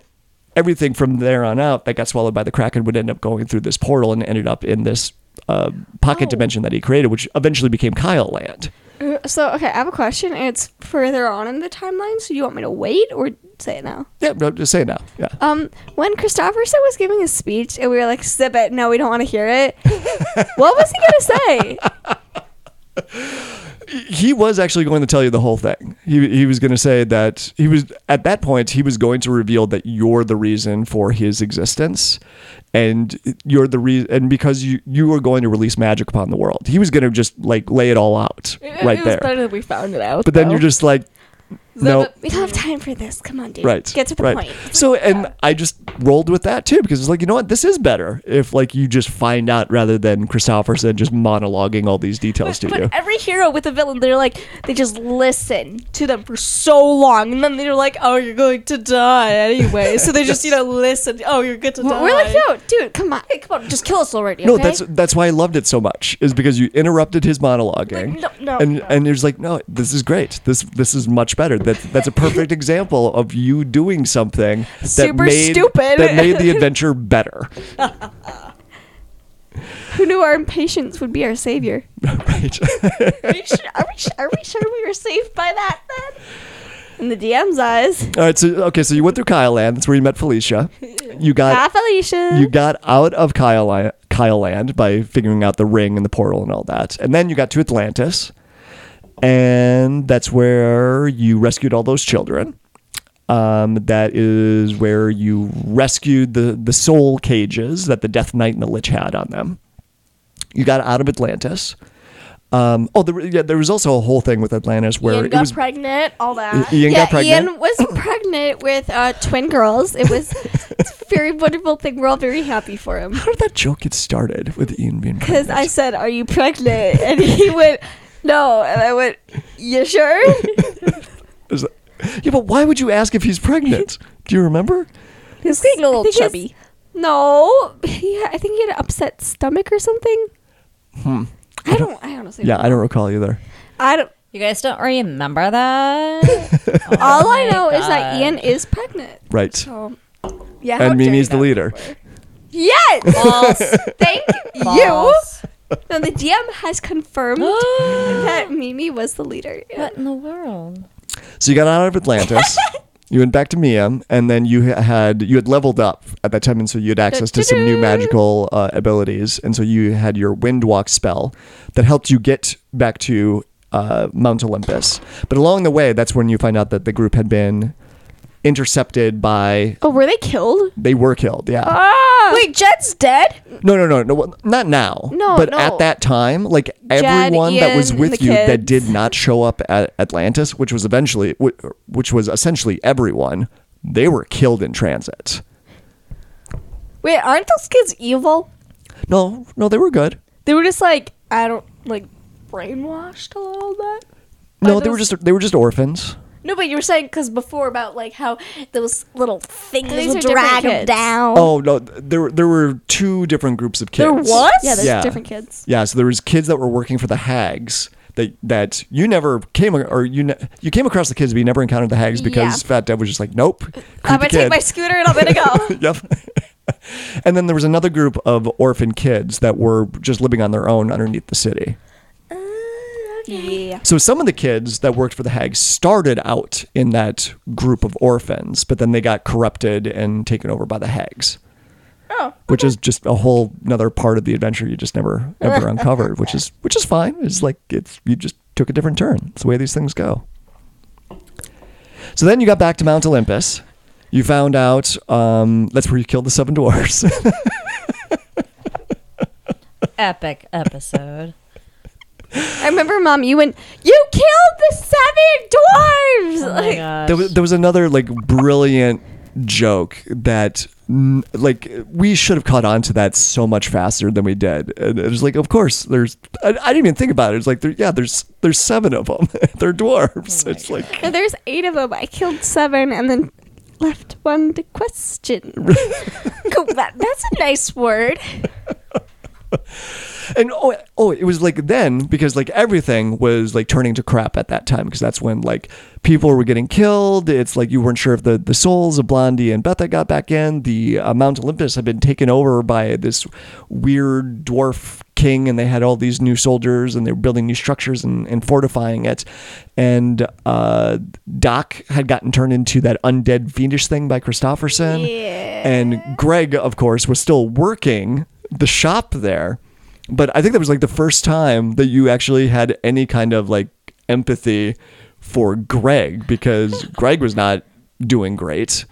S2: Everything from there on out that got swallowed by the Kraken would end up going through this portal and ended up in this uh, pocket dimension that he created, which eventually became Kyle Land.
S3: so okay, I have a question, and it's further on in the timeline. So you want me to wait or say it now?
S2: Yeah, no, just say it now. Yeah.
S3: Um, when Christopherson was giving his speech, and we were like, "Zip it! No, we don't want to
S2: *laughs*
S3: hear it." what was he gonna say?
S2: he was actually going to tell you the whole thing. He he was going to say that he was at that point he was going to reveal that you're the reason for his existence, and you're the reason, and because you you are going to release magic upon the world. He was going to just like lay it all out right
S4: it was
S2: there.
S4: better that *laughs* we found it out.
S2: but then
S4: though.
S2: you're just like, no,
S3: We don't have time for this. Come on, dude.
S2: right?
S3: Get to the
S2: right.
S3: point.
S2: So and I just rolled with that too because it's like you know what this is better if like you just find out rather than Christopherson just monologuing all these details to you.
S4: But every hero with a villain, they're like, they just listen to them for so long, and then they're like, oh, you're going to die anyway. So they just,
S2: *laughs*
S4: you know, listen. Oh, you're good to die.
S3: We're like, "Yo, dude, come on!"
S4: come on, just kill us already.
S2: No,
S4: okay?
S2: that's that's why I loved it so much. Is because you interrupted his monologuing,
S4: Like, no, no,
S2: and
S4: no.
S2: and it's like, no, this is great. This this is much better. That that's a
S4: *laughs*
S2: perfect example of you doing something that
S4: Super
S2: made
S4: stupid.
S2: that made
S4: *laughs*
S2: the adventure better. *laughs*
S3: Who knew our impatience would be our savior?
S2: right? *laughs*
S3: Are we, sure, are, we sure, are we sure we were saved by that then? In the DM's eyes.
S2: All right. So okay, so you went through Kyle Land. That's where you met Felicia. You got
S3: Ah, Felicia.
S2: you got out of Kyle Li- Kyle Land by figuring out the ring and the portal and all that, and then you got to Atlantis, and that's where you rescued all those children. Um, that is where you rescued the the soul cages that the Death Knight and the Lich had on them. You got out of Atlantis. Um, oh, there, yeah, there was also a whole thing with Atlantis where
S4: Ian
S2: it
S4: got
S2: was
S4: pregnant, all that.
S2: Ian
S3: yeah,
S2: got pregnant.
S3: Ian was
S2: *laughs*
S3: pregnant with uh, twin girls. It was it's a very wonderful thing. We're all very happy for him.
S2: How did that joke get started with Ian
S4: *laughs*
S2: being pregnant?
S3: Because I said, Are you pregnant? And he *laughs* went, No. And I went,
S2: *laughs*
S3: You sure?
S2: Is that- yeah, but why would you ask if he's
S4: *laughs*
S2: pregnant? Do you remember?
S4: He's getting a
S3: I
S4: little
S3: think his-
S4: chubby.
S3: No. He, I think he had an upset stomach or something. Hmm. I don't, I honestly
S2: Yeah, I don't recall either.
S3: I don't.
S5: You guys don't remember
S4: *laughs*
S5: that?
S3: All I know is that Ian is pregnant.
S2: Right.
S3: So, yeah. how
S2: And
S3: dare
S2: Mimi's
S3: that
S2: the leader.
S3: Yes!
S4: *laughs*
S5: False.
S3: Thank you!
S5: False.
S3: No, the DM has
S4: *gasps*
S3: confirmed that Mimi was the leader.
S5: What in the world?
S2: So you got out of
S3: *laughs*
S2: Atlantis. you went back to Miam, and then you ha- had you had leveled up at that time, and so you had access to some new magical uh, abilities, and so you had your Wind Walk spell that helped you get back to uh, Mount Olympus. But along the way, that's when you find out that the group had been intercepted by
S3: Oh, were they killed?
S2: they were killed. Yeah.
S4: *laughs* Wait, Jed's dead?
S2: No, no, no, no. well, Not now.
S3: No,
S2: but
S3: no.
S2: at that time, like everyone that was
S3: Ian,
S2: with
S3: the
S2: you that
S3: kids.
S2: did not show up at Atlantis, which was eventually, wh- which was essentially everyone, they were killed in transit.
S4: Wait, aren't those kids evil?
S2: No, no, they were good.
S4: They were just like, I don't, like, brainwashed a little bit.
S2: No,
S4: By
S2: they were
S4: those-
S2: just they were just orphans.
S4: No, but you were saying, because before about, like, how those little things
S3: These
S4: would
S3: are different
S4: drag them
S3: kids.
S4: down.
S2: Oh no, th- there were- there were two different groups of kids.
S4: There was?
S3: Yeah, there's
S2: Yeah.
S3: different kids.
S2: Yeah, so there was kids that were working for the hags that that you never came a- or you ne- you came across the kids, but you never encountered the hags because Fat Dad was just like, nope.
S3: Uh, I'm
S2: creepy
S3: gonna take
S2: kid.
S3: my scooter and I'm gonna go.
S2: *laughs* yep. and then there was another group of orphan kids that were just living on their own underneath the city.
S3: yeah.
S2: So some of the kids that worked for the Hags started out in that group of orphans, but then they got corrupted and taken over by the Hags. Oh, which is just a whole another part of the adventure you just never ever uncovered, which is which is fine. It's like it's you just took a different turn. It's the way these things go. So then you got back to Mount Olympus. You found out um, that's where you killed the seven *laughs* dwarfs.
S4: *laughs*
S5: Epic episode.
S3: I remember, Mom, you went, "You killed the seven dwarves!"
S5: Oh my
S3: like,
S5: gosh.
S2: there was, there was another like brilliant joke that n- like we should have caught on to that so much faster than we did and it was like of course there's i, I didn't even think about it it's like there, yeah there's there's seven of them *laughs* they're dwarves it's like
S3: "No, there's eight of them. I killed seven, and then left one to
S4: *laughs*
S3: question.
S6: Cool, that- that's a nice word.
S2: and oh oh it was like then because like everything was like turning to crap at that time because that's when like people were getting killed it's like you weren't sure if the the souls of blondie and betha got back in the uh, mount olympus had been taken over by this weird dwarf king and they had all these new soldiers and they were building new structures and, and fortifying it and uh doc had gotten turned into that undead fiendish thing by christofferson and greg of course was still working the shop there but I think that was like the first time that you actually had any kind of like empathy for Greg because Greg was not doing great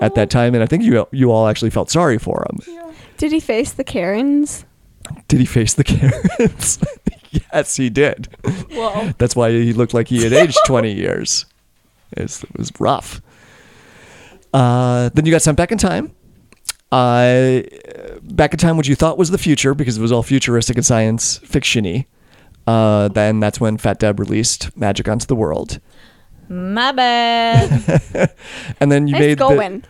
S2: at that time, and I think you you all actually felt sorry for him.
S3: Did he face the Karens?
S2: Did he face the *laughs* Karens? yes, he did.
S4: Whoa.
S2: That's why he looked like he had
S3: *laughs*
S2: aged twenty years. It's, it was rough. Uh, then you got sent back in time. Uh, back in time, what you thought was the future, because it was all futuristic and science fictiony. Uh, then that's when Fat Deb released Magic onto the world, *laughs*
S5: My bad.
S2: and then you
S3: Nice
S2: made the,
S3: going.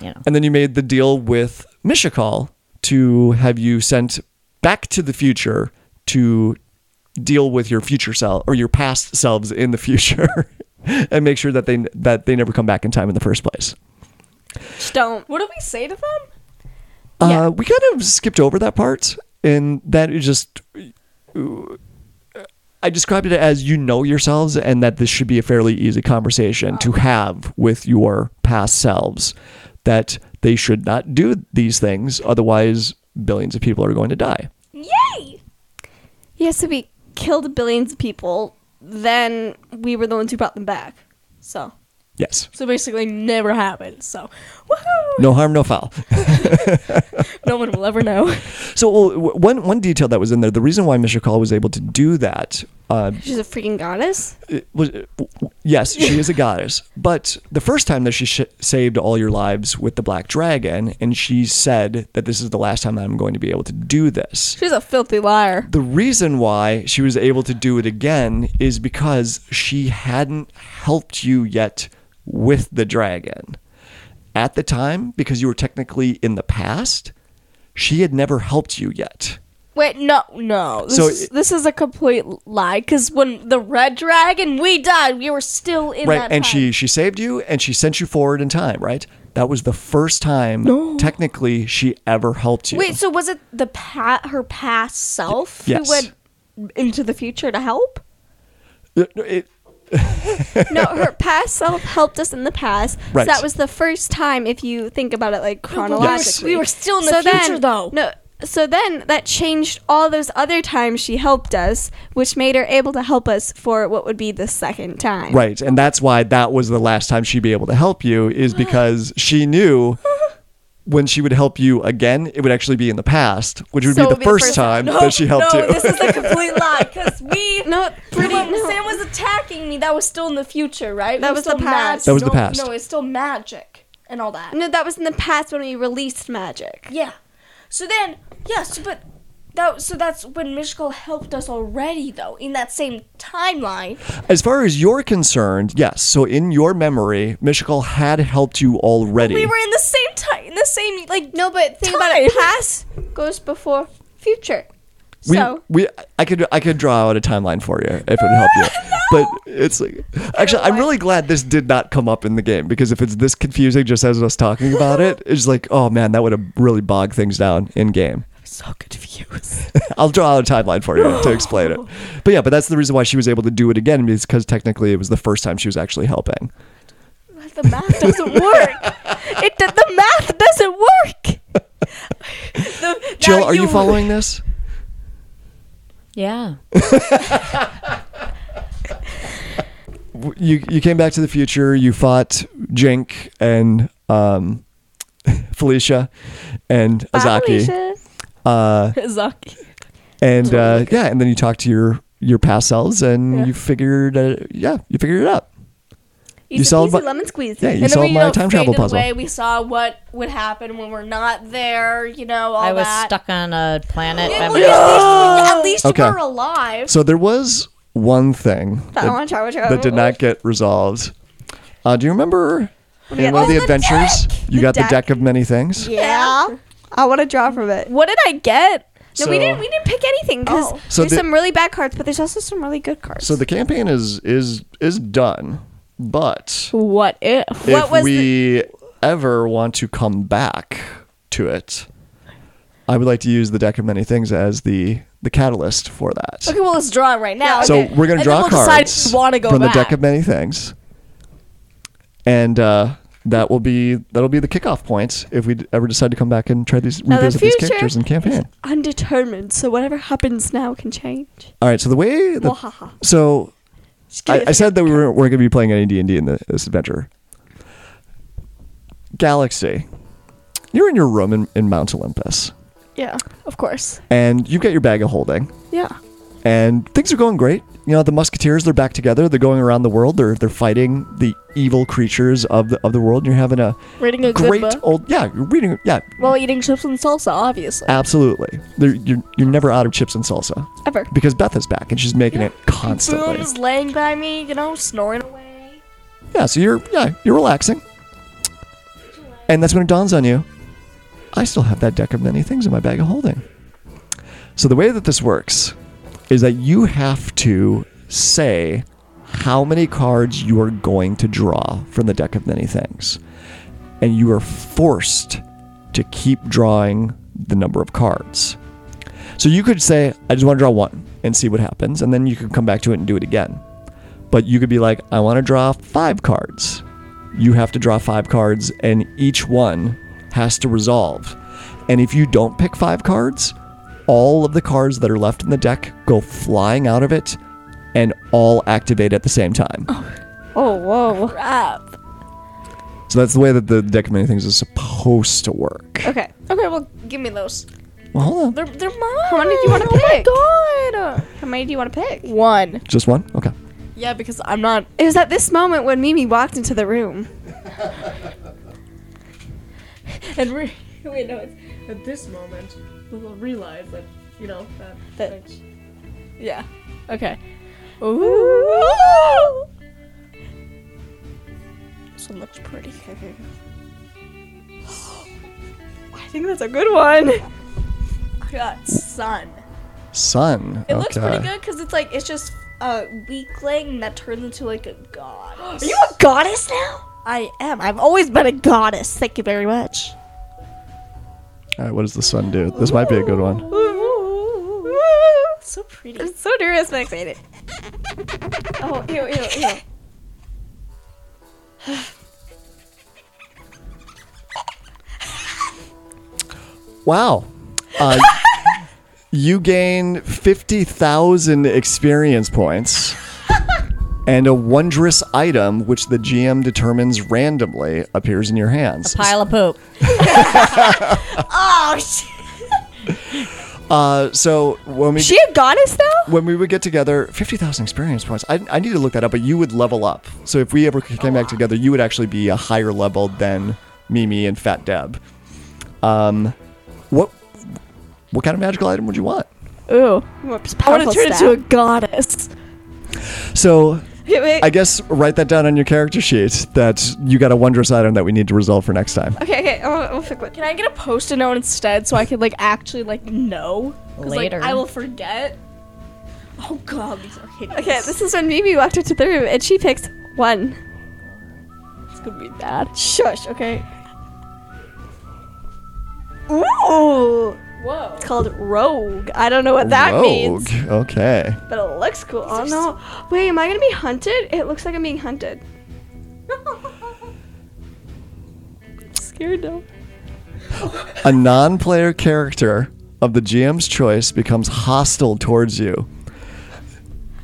S5: you know.
S2: and then you made the deal with Mishakal to have you sent back to the future to deal with your future self or your past selves in the future, *laughs* and make sure that they that they never come back in time in the first place.
S3: Just don't.
S4: What do we say to them?
S2: Uh, we kind of skipped over that part, and that is just. uh, I described it as you know yourselves, and that this should be a fairly easy conversation to have with your past selves. That they should not do these things, otherwise, billions of people are going to die.
S3: Yeah, so we killed billions of people. Then we were the ones who brought them back. So
S2: Yes.
S4: So basically, never happened. So, woohoo!
S2: No harm, no foul.
S4: No one will ever know.
S2: So, well, w- one one detail that was in there, the reason why Mr. Call was able to do that uh,
S3: *laughs* she's a freaking goddess.
S2: it was yes, she is a goddess. But the first time that she sh- saved all your lives with the black dragon, and she said that this is the last time that I'm going to be able to do this.
S3: She's a filthy liar.
S2: The reason why she was able to do it again is because she hadn't helped you yet with the dragon. At the time, because you were technically in the past, she had never helped you yet.
S4: Wait, no, no. This,
S2: So
S4: is,
S2: it-
S4: this is a complete lie. Because when the red dragon, we died. We were still in
S2: right
S4: that
S2: and
S4: time.
S2: she she saved you and she sent you forward in time right that was the first time technically she ever helped you
S4: Wait, so was it the pa- her past self
S2: yes.
S4: who went into the future to help?
S2: It- Uh, it-
S3: no, her past self helped us in the past.
S2: Right.
S3: So that was the first time, if you think about it like chronologically.
S4: we were still in
S3: So
S4: the future,
S3: then-
S4: though.
S3: No. So then that changed all those other times she helped us, which made her able to help us for what would be the second time.
S2: right and that's why that was the last time she'd be able to help you is
S4: *gasps*
S2: because she knew when she would help you again it would actually be in the past which would
S3: So it
S2: be the
S3: would be the
S2: first
S3: first
S2: time
S3: time.
S4: *laughs* No,
S2: that she helped
S4: no,
S2: you
S4: this is a complete lie. Because we,
S3: No, pretty.
S4: when
S3: no.
S4: Sam was attacking me, that was still in the future, right?
S3: That
S4: We
S3: was
S4: still
S3: the past.
S2: That was the
S4: no,
S2: past.
S4: No, it's still magic and all that.
S3: No, that was in the past when we released magic.
S4: Yeah. So then, yes, but that so that's when Mishko helped us already, though, in that same timeline.
S2: *laughs* as far as you're concerned yes so in your memory michiko had helped you already
S4: We were in the same time, in the same like.
S3: No, but think about it. Past goes before future.
S2: We,
S3: so
S2: we I could I could draw out a timeline for you if it would help you. But it's like actually I'm really glad this did not come up in the game because if it's this confusing just as us talking about it, it's like, oh man, that would have really bogged things down in game. *laughs*
S4: So confused.
S2: I'll draw out a timeline for you to explain it. But yeah, but that's the reason why she was able to do it again is because technically it was the first time she was actually helping.
S4: the math doesn't work. It did- the math doesn't work. The-
S2: Jill,
S4: now
S2: are you following this?
S5: Yeah.
S2: W- You you came back to the future, you fought Jink and um, *laughs* Felicia and Azaki.
S3: Felicia.
S2: Uh
S4: *laughs* Zuck.
S2: and uh, yeah, and then you talk to your your past selves, and you figured, uh, yeah, you figured it out.
S3: You,
S2: You solved
S3: solved
S2: my-
S3: lemon squeezy.
S2: Yeah, you
S4: and then
S2: solved
S4: we,
S2: my
S4: you know,
S2: time travel
S4: faded
S2: puzzle.
S4: Away. We saw what would happen when we're not there. You know, all
S5: I was
S4: that.
S5: stuck on a planet. by
S4: Well,
S5: my-
S4: At least
S2: Okay.
S4: we're alive.
S2: So there was one thing
S3: I
S2: that,
S3: want to try what
S2: that did not get resolved. Uh, do you remember in one of the adventures you got the deck of many things?
S3: Yeah. I want to draw from it.
S4: What did I get?
S3: No, we didn't. We didn't pick anything because
S2: Oh. So
S3: there's
S2: the-
S3: some really bad cards, but there's also some really good cards.
S2: So the campaign is is is done, but
S4: What if?
S2: if we ever want to come back to it, I would like to use the deck of many things as the the catalyst for that.
S4: Okay, well, let's draw it right now.
S2: So
S4: okay?
S2: we're gonna
S4: And
S2: draw
S4: then we'll decide
S2: cards
S4: if we want to go
S2: from
S4: back.
S2: the deck of many things, and uh, that will be that'll be the kickoff point if we d- ever decide to come back and try these
S3: the
S2: revisit these
S3: future
S2: characters and campaign.
S3: Undetermined, so whatever happens now can change.
S2: All right, so the way that
S3: Wahaha.
S2: so
S3: Just give me
S2: I,
S3: a
S2: I
S3: second.
S2: said that we weren't, weren't going to be playing any D and D in the, this adventure. Galaxy, you're in your room in, in Mount Olympus,
S3: yeah, of course.
S2: and you've got your bag of holding,
S3: Yeah.
S2: and things are going great. You know, the Musketeers they're back together. They're going around the world. They're they're fighting the evil creatures of the of the world. And you're having a
S4: Reading a
S2: great
S4: good book
S2: old yeah. You're reading yeah,
S4: while eating chips and salsa, obviously.
S2: absolutely. They're, you're you're never out of chips and salsa
S4: Ever.
S2: because Beth is back and she's making it constantly.
S4: Boom is laying by me, you know, snoring away.
S2: Yeah, so you're yeah, you're relaxing. And that's when it dawns on you. I still have that deck of many things in my bag of holding. So the way that this works is that you have to say how many cards you are going to draw from the deck of many things. And you are forced to keep drawing the number of cards. So you could say, I just want to draw one and see what happens, and then you could come back to it and do it again but you could be like, I want to draw five cards. You have to draw five cards, and each one has to resolve. And if you don't pick five cards, all of the cards that are left in the deck go flying out of it and all activate at the same time.
S3: Oh whoa.
S4: Crap.
S2: So that's the way that the deck of many things is supposed to work.
S3: Okay.
S4: Okay, well, give me those.
S2: Well, hold on.
S4: Uh, They're, they're mine.
S3: How many do you want to pick?
S4: Oh my god.
S3: How many do you want to pick?
S4: One.
S2: Just one? Okay.
S4: Yeah, because I'm not.
S3: It was at this moment when Mimi walked into the room.
S4: And we're, wait, no, it's at this moment we'll realize that you know that. that yeah. Okay. Ooh. So much pretty. *gasps*
S3: I think that's a good one.
S4: I got sun.
S2: Sun. okay.
S4: It looks pretty good because it's like it's just a weakling that turns into like a god. *gasps* Are you a
S6: Goddess now?
S4: I am. I've always been a goddess. Thank you very much.
S2: All right, what does the sun do? This might be a good one.
S4: So pretty.
S3: I'm so nervous but excited. Oh ew ew ew.
S2: Wow. Uh, you gain 50,000 experience points and a wondrous item which the GM determines randomly appears in your hands.
S5: Pile of
S4: *laughs*
S5: poop.
S2: Uh, so when we
S3: She a goddess now?
S2: when we would get together, 50,000 experience points. I, I need to look that up, but you would level up. So if we ever came back together, you would actually be a higher level than Mimi and Fat Deb. Um, what what kind of magical item would you want?
S4: Ooh. I want to turn into a
S3: a
S4: goddess.
S2: So
S3: Okay, wait.
S2: I guess write that down on your character sheet that you got a wondrous item that we need to resolve for next time.
S3: okay, okay, I'll, I'll Oh, pick one.
S4: Can I get a post-it note instead so I could like actually like know? 'Cause, like,
S5: Later.
S4: I will forget. Oh god, these are hideous.
S3: Okay, this is when Mimi walked into the room and she picked one.
S4: is gonna be bad.
S3: Shush, okay. Ooh!
S4: Whoa.
S3: It's called Rogue. I don't know what that
S2: Rogue.
S3: means,
S2: Okay.
S3: but it looks cool. Oh no. Wait, am I gonna be hunted? It looks like I'm being hunted. I'm scared now.
S2: A non player character of the GM's choice becomes hostile towards you.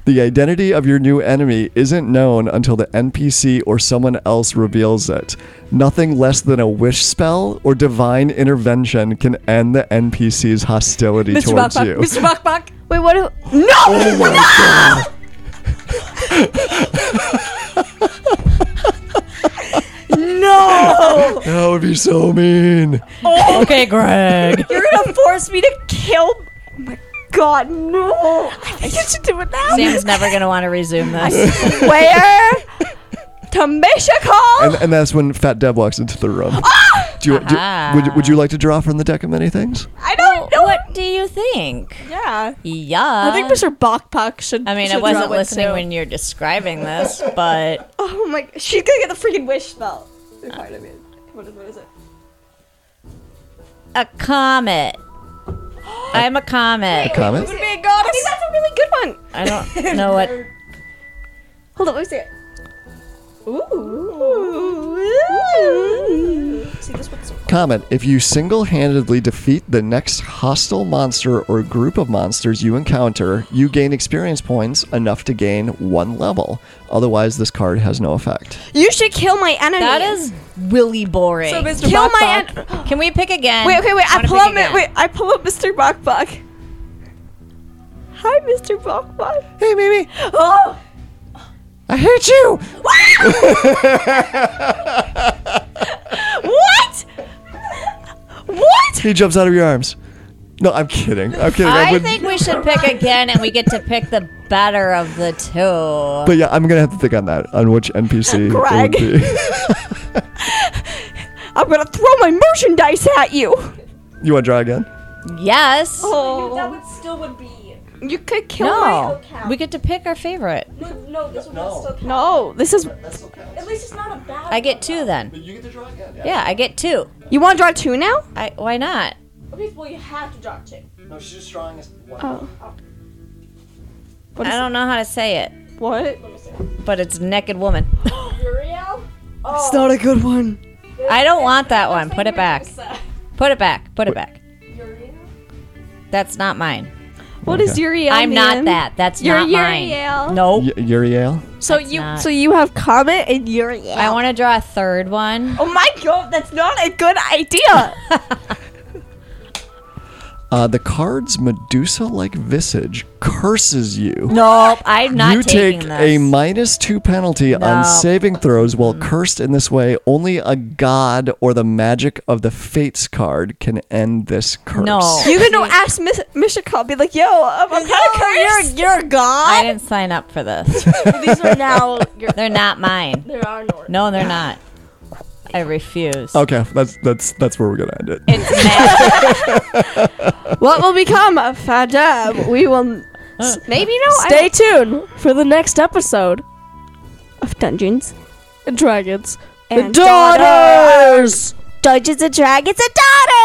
S2: The identity of your new enemy isn't known until the NPC or someone else reveals it. Nothing less than a wish spell or divine intervention can end the NPC's hostility
S3: Mr.
S2: towards
S3: Bach,
S2: you. Oh
S3: Mr. Bach, Bach.
S7: Wait, what? If,
S3: No!
S2: That would be so mean.
S5: okay, Greg.
S3: You're gonna force me to kill. Oh my god, no! I think you should do it now.
S5: *laughs* Sam's never gonna want to resume this.
S3: Where? *laughs* Tamisha call.
S2: And, and that's when Fat Deb walks into the room. Do you, do,
S5: Ah.
S2: would, would you like to draw from the deck of many things?
S3: I don't know
S5: *laughs* what do you think?
S3: Yeah.
S5: Yeah.
S4: I think Mr. Bokpak should.
S5: I mean, I
S4: should
S5: wasn't
S4: draw one,
S5: listening
S4: too.
S5: when you're describing this, but
S3: Oh my. She's gonna get the freaking wish spell. Part of it. What is, what is it?
S5: a
S3: *gasps*
S5: comet. I'm a comet.
S2: Comment?
S3: Would be a goddess. I mean, that's a really good one.
S5: I don't
S3: *laughs*
S5: know what.
S3: Hold on, let me see it. Ooh. See this one's.
S2: Comment If you single handedly defeat the next hostile monster or group of monsters you encounter, you gain experience points enough to gain one level. Otherwise, this card has no effect.
S3: You should kill my enemy.
S5: That is really boring.
S4: So Mr.
S3: Kill
S4: Kill
S3: my
S4: my
S3: en-
S5: Can we pick again?
S3: Wait, okay, wait. I
S5: wanna
S3: pull
S5: pick
S3: up.
S5: again.
S3: Mi- wait, I pull up Mr. Bokbok. Hi, Mr. Bokbok.
S2: Hey, Mimi,
S3: Oh.
S2: I hate you!
S3: What? What?
S2: *laughs* He jumps out of your arms. No, I'm kidding. I'm kidding. I
S5: I
S2: wouldn't-
S5: think we should pick again, and we get to pick the better of the two.
S2: But yeah, I'm gonna have to think on that, on which NPC
S3: Greg.
S2: it would be. *laughs*
S3: I'm gonna throw my merchandise at you.
S2: You want to draw again?
S5: Yes.
S3: Oh.
S4: That would still would be.
S3: You could kill
S5: No. Oh. We get to pick our favorite.
S4: No, no, this one would still.
S3: my. No, this is.
S4: At least it's not a bad.
S5: I get two then.
S2: You get to draw again.
S5: Yeah, I get two.
S3: You want to draw two now?
S5: I why not?
S4: Okay, well, you have to drop two.
S2: No, she's just drawing as one.
S5: I don't know how to say it,
S3: What?
S5: but it's naked woman. *laughs*
S4: Uriel.
S3: It's not a good one.
S5: I don't want that one. Put it back. Put it back. Put it back. That's not mine.
S3: What is Uriel?
S5: I'm not
S3: mean?
S5: that. That's
S3: You're
S5: not mine.
S3: Uriel.
S5: Nope.
S2: Y- Uriel?
S3: So you
S5: not-
S3: so you have Comet and Uriel.
S5: I want to draw a third one.
S3: oh my god, that's not a good idea.
S2: Uh, the card's Medusa like visage curses you.
S5: Nope. I'm not
S2: you
S5: taking
S2: take
S5: this.
S2: a minus two penalty on
S5: No. Mm.
S2: saving throws while cursed in this way. Only a god or the magic of the fates card can end this curse.
S5: No.
S3: you *laughs* could go ask Miss Mishakov, be like, yo, I'm, I'm kind of cursed. You're, you're
S5: I
S3: God.
S5: didn't sign up
S3: *laughs*
S5: for this.
S4: These
S5: *laughs*
S4: are now. Your,
S5: They're not mine.
S4: there are no.
S5: No, they're not. I refuse.
S2: Okay, that's that's that's where we're gonna end it.
S5: It's mad.
S3: What will become of Fadab? We will. Uh, Maybe no.
S4: Stay tuned for the next episode
S3: of Dungeons.
S4: of Dragons.
S3: And
S4: the Daughters!
S3: Dungeons and Dragons and Daughters.